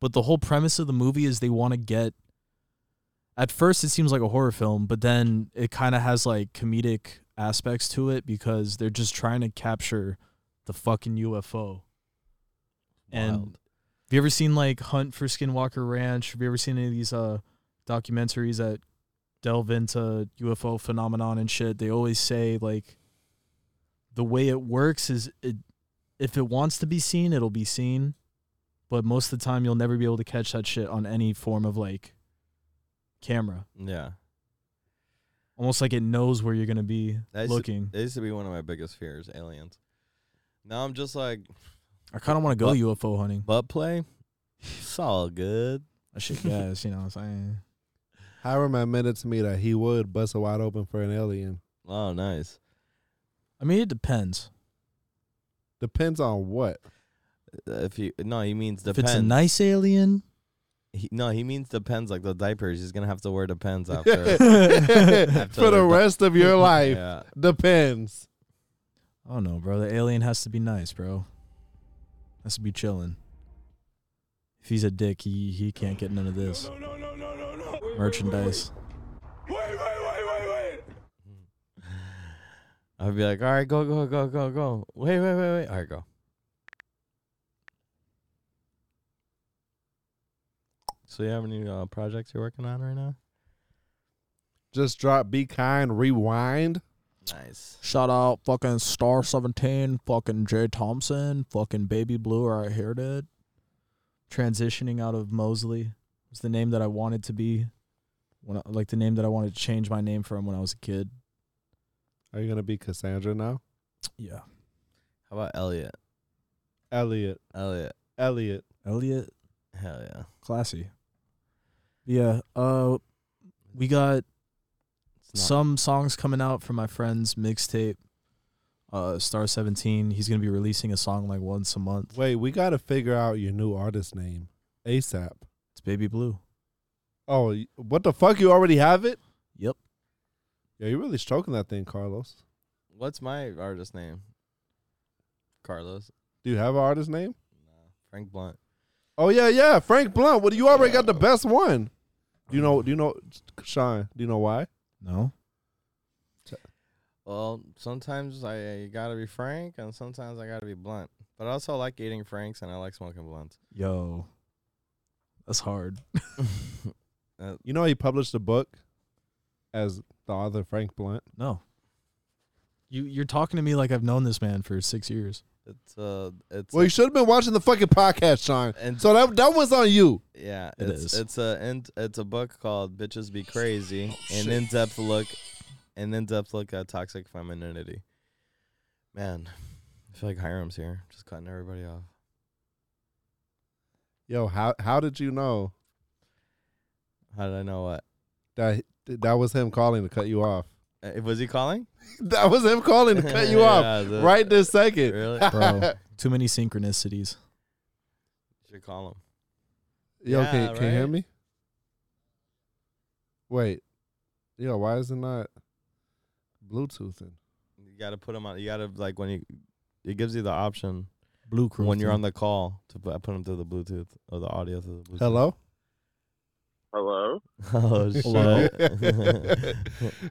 But the whole premise of the movie is they want to get. At first, it seems like a horror film, but then it kind of has like comedic aspects to it because they're just trying to capture the fucking UFO. And have
Wild.
you ever seen like Hunt for Skinwalker Ranch? Have you ever seen any of these uh documentaries that delve into UFO phenomenon and shit? They always say like the way it works is it if it wants to be seen, it'll be seen. But most of the time you'll never be able to catch that shit on any form of like camera.
Yeah.
Almost like it knows where you're gonna be
That used to-
looking.
It used to be one of my biggest fears, aliens. Now I'm just like
I kinda wanna go
But-
UFO hunting.
butt play. It's all good.
I should guess, you know what I'm saying?
Hiram admitted to me that he would bust it wide open for an alien.
Oh, nice.
I mean it depends.
Depends on what.
If you no, he means
If
depends.
it's a nice alien,
He, no, he means the pens, like the diapers. He's gonna have to wear the pens after.
for the rest of your life.
yeah.
Depends.
Oh no, bro. The alien has to be nice, bro. Has to be chilling. If he's a dick, he he can't get none of this
No, no, no, no, no.
merchandise.
Wait, wait, wait, wait, wait.
I'd be like, all right, go, go, go, go, go. Wait, wait, wait, wait. All right, go. So you have any uh, projects you're working on right now?
Just drop be kind, rewind.
Nice.
Shout out fucking Star Seventeen, fucking Jay Thompson, fucking Baby Blue, or I heard it. Transitioning out of Mosley was the name that I wanted to be. When I, like the name that I wanted to change my name from when I was a kid.
Are you gonna be Cassandra now?
Yeah,
How about Elliot?
Elliot.
Elliot.
Elliot.
Elliot,
Hell yeah.
classy. Yeah, uh, we got
It's not-
some songs coming out from my friend's mixtape, uh, Star Seventeen. He's gonna be releasing a song like once a month.
Wait, we gotta figure out your new artist name. ASAP.
It's Baby Blue.
Oh, y- what the fuck? You already have it?
Yep.
Yeah, you're really stroking that thing, Carlos.
What's my artist name? Carlos.
Do you have an artist name?
Frank Blunt.
Oh yeah, yeah. Frank Blunt. What do you already got the best one? Do you know? Do you know, Sean? Do you know why?
No,
Well, sometimes I, I gotta be frank, and sometimes I gotta be blunt. But I also like eating franks, and I like smoking blunts.
yo, that's hard.
You know he published a book as the author Frank Blunt.
No, you you're talking to me like I've known this man for six years.
It's uh, it's
Well, you should have been watching the fucking podcast, Sean.
and
So that that was on you.
yeah,
It
it's
is.
it's a and it's a book called "Bitches Be Crazy," an in-depth look, an in-depth look at toxic femininity. Man, I feel like Hiram's here, just cutting everybody off.
Yo, how how did you know
How did I know what?
that that was him calling to cut you off?
Uh, was he calling?
That was him calling to cut you off
Yeah, the-
right this second.
Really?
Bro. Too many synchronicities.
Should call him.
Yo, can,
Yeah,
can you hear
right?
me? Wait, yo, why is it not Bluetoothing?
You gotta put him on. You gotta like when you. It gives you the option
Blue crew.
when you're on the call to put, put them through the Bluetooth or the audio through the Bluetooth.
Hello.
Hello?
oh shit.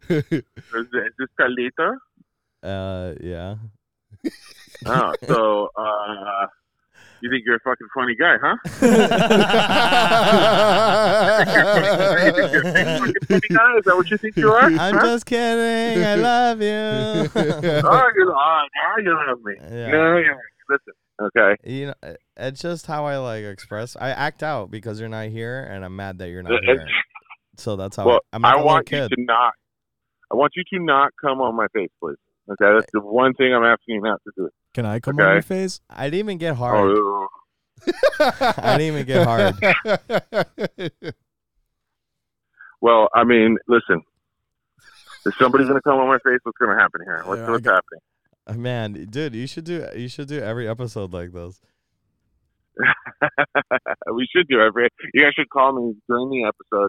Is, is this Carlito?
uh, yeah.
Oh, so uh, you think you're a fucking funny guy, huh? you think you're a fucking funny guy? Is that what you think you are?
I'm
huh?
just kidding. I love you.
Oh, you're, oh, now you love me.
Yeah.
No, you're Listen, okay.
you know, it- it's just how I like express. I act out because you're not here, and I'm mad that you're not
It's-
here. So that's how
Well,
I, I'm not
I
a little
want you
kid.
to not. I want you to not come on my face, please. Okay, that's the one thing I'm asking you not to do.
Can I come
Okay.
on your face?
I didn't even get hard.
Oh,
I didn't even get hard.
well, I mean, listen. Is somebody going to come on my face? What's going to happen here? What's,
Yeah, I
what's
got-
happening?
Uh, Man, dude, you should do you should do every episode like this.
Uh, we should do every. You guys should call me during the episode,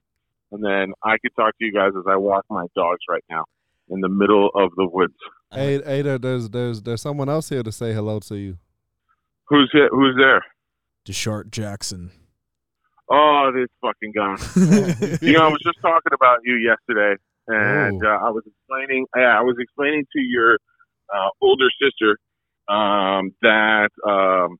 and then I could talk to you guys as I walk my dogs right now in the middle of the woods.
Hey, hey, there- there's there's there's someone else here to say hello to you.
Who's here? Who's there?
Deshart Jackson.
Oh, this fucking guy. you know, I was just talking about you yesterday, and
Ooh.
uh, I was explaining. Yeah, I was explaining to your uh, older sister um, that um,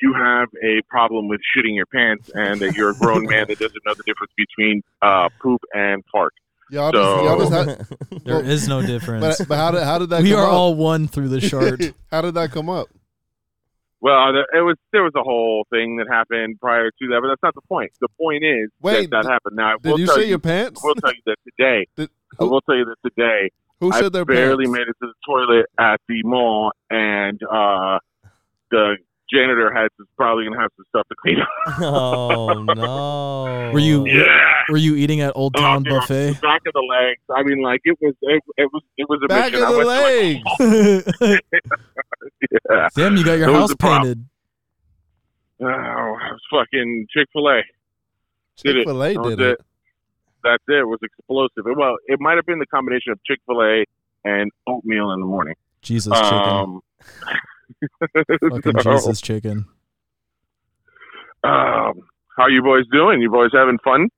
you have a problem with shitting your pants, and that you're a grown man that doesn't know the difference between uh, poop and fart.
Y'all just, y'all just had,
There
Well,
is no difference.
but, but how did how did that
we
come
are
up?
all one through the shard.
how did that come up?
Well, there, it was there was a whole thing that happened prior to that, but that's not the point. The point is
Wait,
that,
did-
that happened. Now, I
Did
will
you
tell
see your pants?
I will tell you that today.
Did-
I will tell you that today.
Who
I
should their
barely
pants?
made it to the toilet at the mall, and uh, the janitor has is probably gonna have some stuff to clean up.
oh no.
Were you-
Yeah,
Were you eating at Old
Oh,
Town
dude,
Buffet?
back of the legs. I mean, like it was, it, it was, it was a
Back
mission.
of
I
the
went to, like,
legs.
yeah.
Damn, you got your
That was
house
the problem.
painted.
Oh, it was fucking Chick Fil A. did it.
Chick-fil-A
That was
did it.
That's it. It was explosive. It- well, it might have been the combination of Chick Fil A and oatmeal in the morning.
Jesus
Um,
chicken. Fucking
so,
Jesus chicken.
um, how you boys doing? You boys having fun?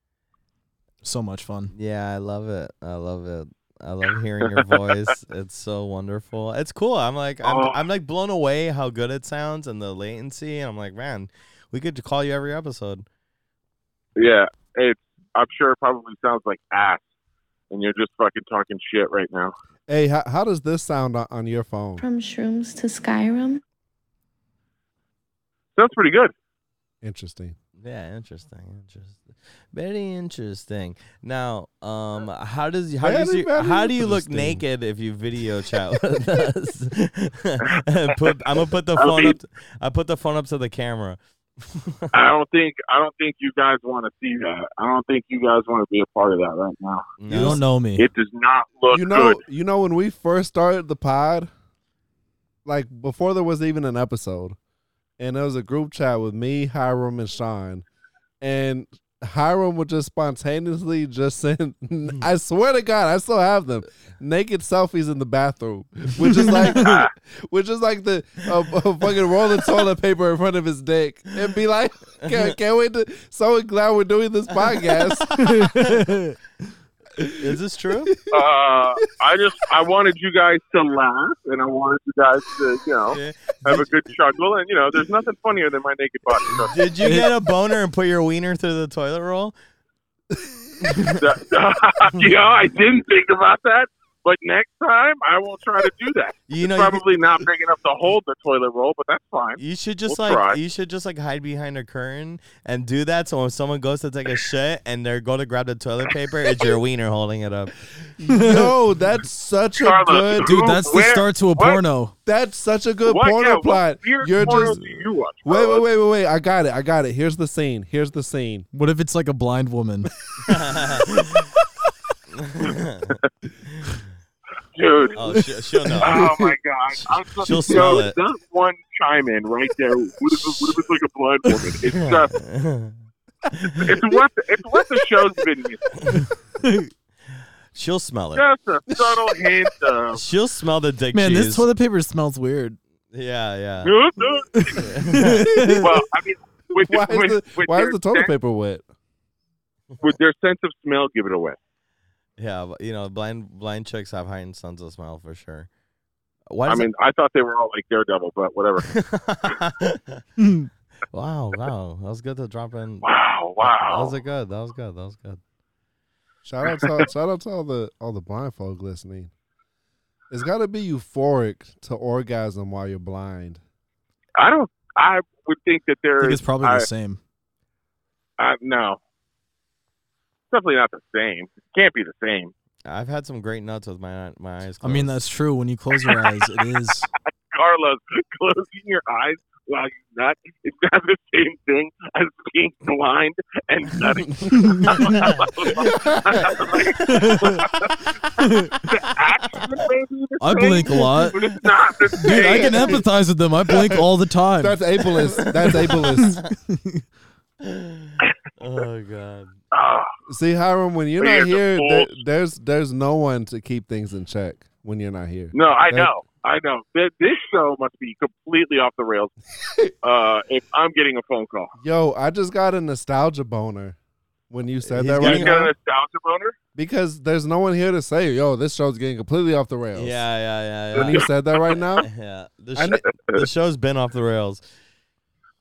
So much fun.
Yeah, I love it. I love it. I love hearing your voice. It's so wonderful. It's cool. I'm like I'm,
Oh.
I'm like blown away how good it sounds and the latency. I'm like, man, we could call you every episode.
Yeah, it's. I'm sure it probably sounds like ass, and you're just fucking talking shit right now.
Hey, how, how does this sound on, on your phone?
From shrooms to Skyrim.
Sounds pretty good.
Interesting.
Yeah, interesting. Interesting. Very interesting. Now, um how does how
Very,
does you,
very
how do you look
interesting.
naked if you video chat with us? And put, I'm gonna put the
I'll
phone
be-
up I put the phone up to the camera.
I don't think. I don't think you guys want to see that. I don't think you guys want to be a part of that right now.
You don't know me.
It does not look
you know,
good.
you know when we first started the pod, like before there was even an episode, and there was a group chat with me, Hiram, and Sean, and Hiram would just spontaneously just send. I swear to God, I still have them naked selfies in the bathroom, which is like, which is like the a, a fucking roll of toilet paper in front of his dick, and be like, can't, can't wait to. So glad we're doing this podcast.
Is this true?
uh, I just I wanted you guys to laugh, and I wanted you guys to you know
Yeah.
have a good chuckle. And you know, there's nothing funnier than my naked body. trust me.
Did you get a boner and put your wiener through the toilet roll?
That- yeah, I didn't think about that, but next time I will try to do that.
You know, you,
Probably not big enough to hold the toilet roll, but that's fine.
you should just
We'll
like
try.
you should just like hide behind a curtain and do that. So when someone goes to take a shit and they're going to grab the toilet paper, it's your wiener holding it up.
Yo, that's such a
Karma.
good
Dude,
Who-
that's the
where-
start to a
what?
porno.
That's such a good
What-
porno
yeah, what
plot.
weird
You're
porno
just
do you watch, Oh,
wait,
Carlos?
wait, wait, wait, wait. I got it. I got it. Here's the scene. Here's the scene.
What if it's like a blind woman?
dude.
Oh, she, she'll know.
Oh my god! I'm so-
She'll smell
Yo,
it.
That one chime in right there. What if, it- what if it's like a blind woman? It's just it's what the, it's what the show's been used.
She'll smell it.
Just a subtle hint of.
She'll smell the dick
Man,
cheese.
this toilet paper smells weird.
yeah, yeah.
well, I mean, with,
Why is
with,
the,
with
why
their
is the toilet
sense,
paper wet?
With their sense of smell, give it away.
Yeah, but, you know, blind blind chicks have heightened sense of smell for sure. Why
I
does it-
mean, I thought they were all like Daredevil, but whatever.
wow, wow. That was good to drop in.
Wow,
That
wow.
was a good. That was good. That was good.
Shout out to shout out to all the all the blind folk listening. It's got to be euphoric to orgasm while you're blind.
I don't. I would think that
I
there
think
is.
it's probably
I,
the same.
I, no, It's definitely not the same. It can't be the same.
I've had some great nuts with my my eyes
I
closed.
mean, that's true. When you close your eyes, it is.
Carlos, closing your eyes while you nut is not the same thing as being blind and nutting. the action may be the
I
same,
blink a lot.
but it's not the same.
Dude, I can empathize with them. I blink all the time.
That's ableist. That's ableist.
oh god.
Ah,
See, Hiram, when you're
But
not
you're
here,
the fool.
there, there's there's no one to keep things in check when you're not here.
no, I
That-
know. I know. Th- This show must be completely off the rails uh, if I'm getting a phone call.
Yo, I just got a nostalgia boner when you said
He's
that
got
right
You got a
now.
nostalgia boner?
because there's no one here to say, "Yo, this show's getting completely off the
Yeah,
rails."
yeah,
When
yeah,
you said that right now,
yeah. yeah. The,
I
sh- the show's been off the rails.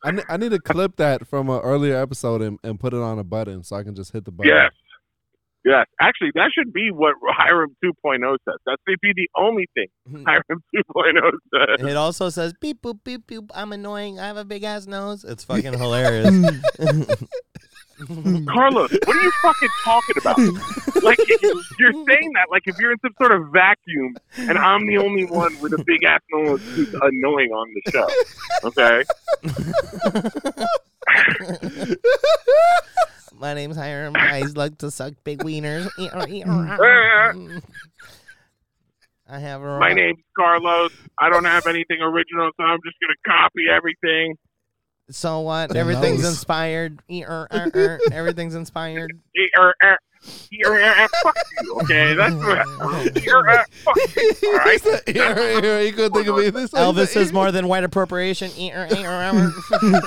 I, ne- I need to clip that from an earlier episode and, and put it on a button so I can just hit the button.
Yes. Yes. Actually, that should be what Hiram 2.0 says. That should be the only thing Hiram 2.0 says.
It also says beep boop beep boop. I'm annoying. I have a big ass nose. It's fucking hilarious.
Carlos, what are you fucking talking about? Like you- you're saying that like if you're in some sort of vacuum and I'm the only one with a big ass nose who's annoying on the show. Okay,
My name's Hiram. I like to suck big wieners. I have a
my name's Carlos. I don't have anything original, so I'm just gonna copy everything.
So what?
Who
Everything's
knows?
inspired. E-, E-er-er-er. er. Everything's inspired.
You're at, you're at, er, fuck you, okay? That's what, you're at, fuck you, all right?
you couldn't think of me this.
Elvis is more than white appropriation. E, er, E-er-er-er.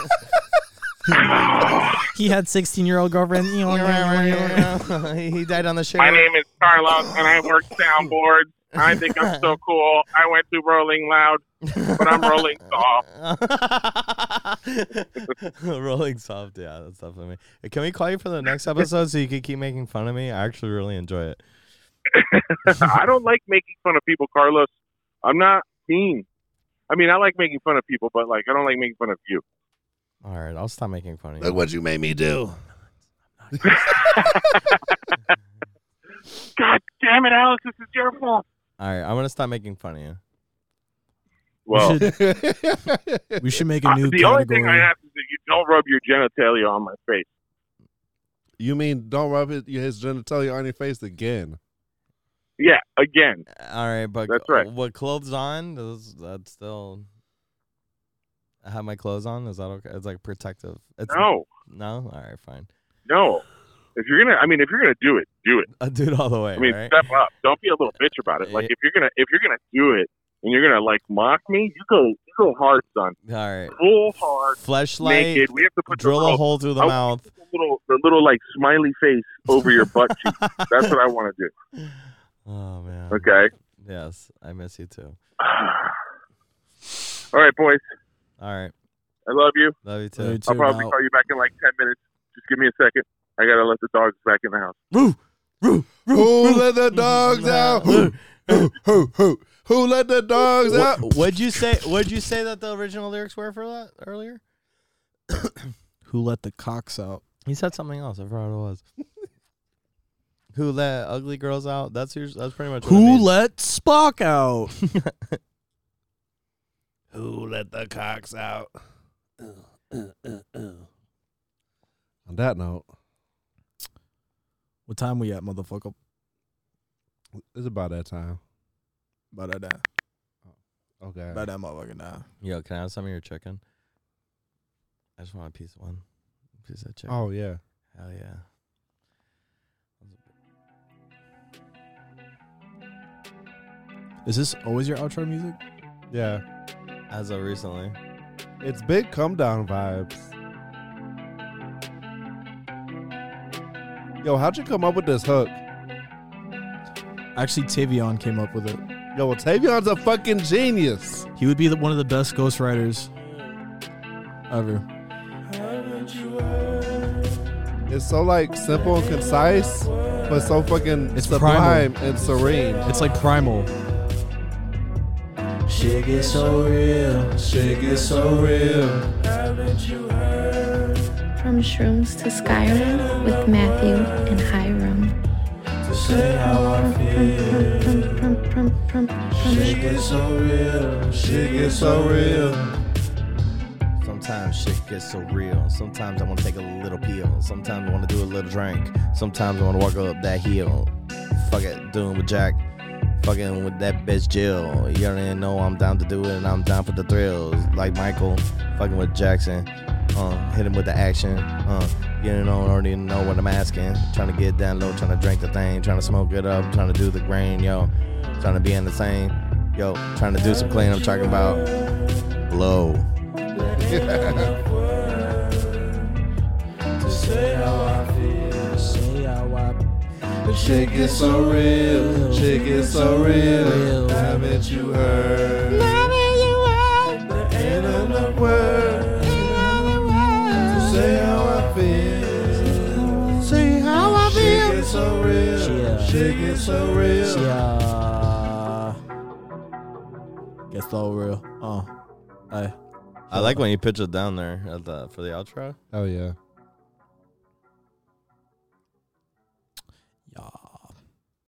He had 16 year old girlfriend.
E, er, he died on the ship.
My name is Carlos, and I work soundboard. I think I'm so cool. I went to Rolling Loud, but I'm Rolling Soft.
Rolling soft, yeah, that's definitely me. Can we call you for the next episode so you can keep making fun of me? I actually really enjoy it.
I don't like making fun of people, Carlos. I'm not mean. I mean, I like making fun of people, but like, I don't like making fun of you.
All right, I'll stop making fun of
Look
you.
what you made me do.
God damn it, Alex! This is your fault.
All right, I'm gonna stop making fun of you.
Well,
should-
That's
We should make a
uh,
new
the only
category.
thing I ask is that you don't rub your genitalia on my face.
You mean don't rub his, his genitalia on your face again?
Yeah, again.
All right, but
That's right.
What clothes on? Those that's still. I have my clothes on. Is that okay? It's like protective. It's,
No,
No. All right, fine.
no. If you're gonna, I mean, if you're gonna do it, do it.
I'll do it all the way.
I mean,
right?
step up. Don't be a little bitch about it. Like if you're gonna, if you're gonna do it, and you're gonna like mock me, you go, you go hard, son.
All right.
Full hard,
Fleshlight.
naked. We have to put the
Drill a
little-
hole through the
I-
mouth.
the little, the little like smiley face over your butt cheek. That's what I want to do.
Oh man.
Okay.
Yes, I miss you too.
All right, boys.
All right.
I love you.
Love you too.
Love you
I'll
too,
probably
now.
call you back in like ten minutes. Just give me a second. I gotta let the dogs back in the house.
Who let the dogs out?
Oh,
Who, who, who, who, who let the dogs out?
What, would you say? Would you say that the original lyrics were for that earlier?
Who let the cocks out?
He said something else. I forgot what it was. Who let ugly girls out? That's your, that's pretty much.
Who
what
let Spock out?
Who let the cocks out? On that note,
What time we at, motherfucker?
it's about that time.
Ba da da.
Okay.
Ba da motherfucker now.
let? Yo, can I have some of your chicken? I just want a piece of one. Piece of chicken.
Oh yeah.
Hell yeah.
Is this always your outro music?
Yeah.
As of recently.
It's big come down vibes. Yo, how'd you come up with this hook?
Actually, Tavion came up with it.
Yo, well, Tavion's a fucking genius.
He would be the, one of the best ghostwriters ever.
It's so like simple and concise, but so fucking
It's
sublime and serene.
It's like primal. Shit gets so real. Shit gets so real.
From Shrooms to Skyrim with Matthew and Hiram.
so real. Shit gets so real.
Sometimes shit gets so real. Sometimes I want to take a little peel. Sometimes I want to do a little drink. Sometimes I want to walk up that hill. Fuck it, doing with Jack. Fucking with that bitch Jill. You already know I'm down to do it and I'm down for the thrills. Like Michael, fucking with Jackson. Uh, hit him with the action. Uh, you don't know, already know what I'm asking. Trying to get down low, trying to drink the thing, trying to smoke it up, trying to do the grain, yo. Trying to be in the same, yo. Trying to do some clean. I'm talking about blow.
Shit gets so real. Shit gets so real. Haven't you heard? Ain't enough words to say how I feel. Say how I feel. Shit gets so real. Shit gets so real.
Yeah. Gets so real. Oh. Hey.
I like when you pitch it down there at the for the outro.
Oh yeah.
Yeah.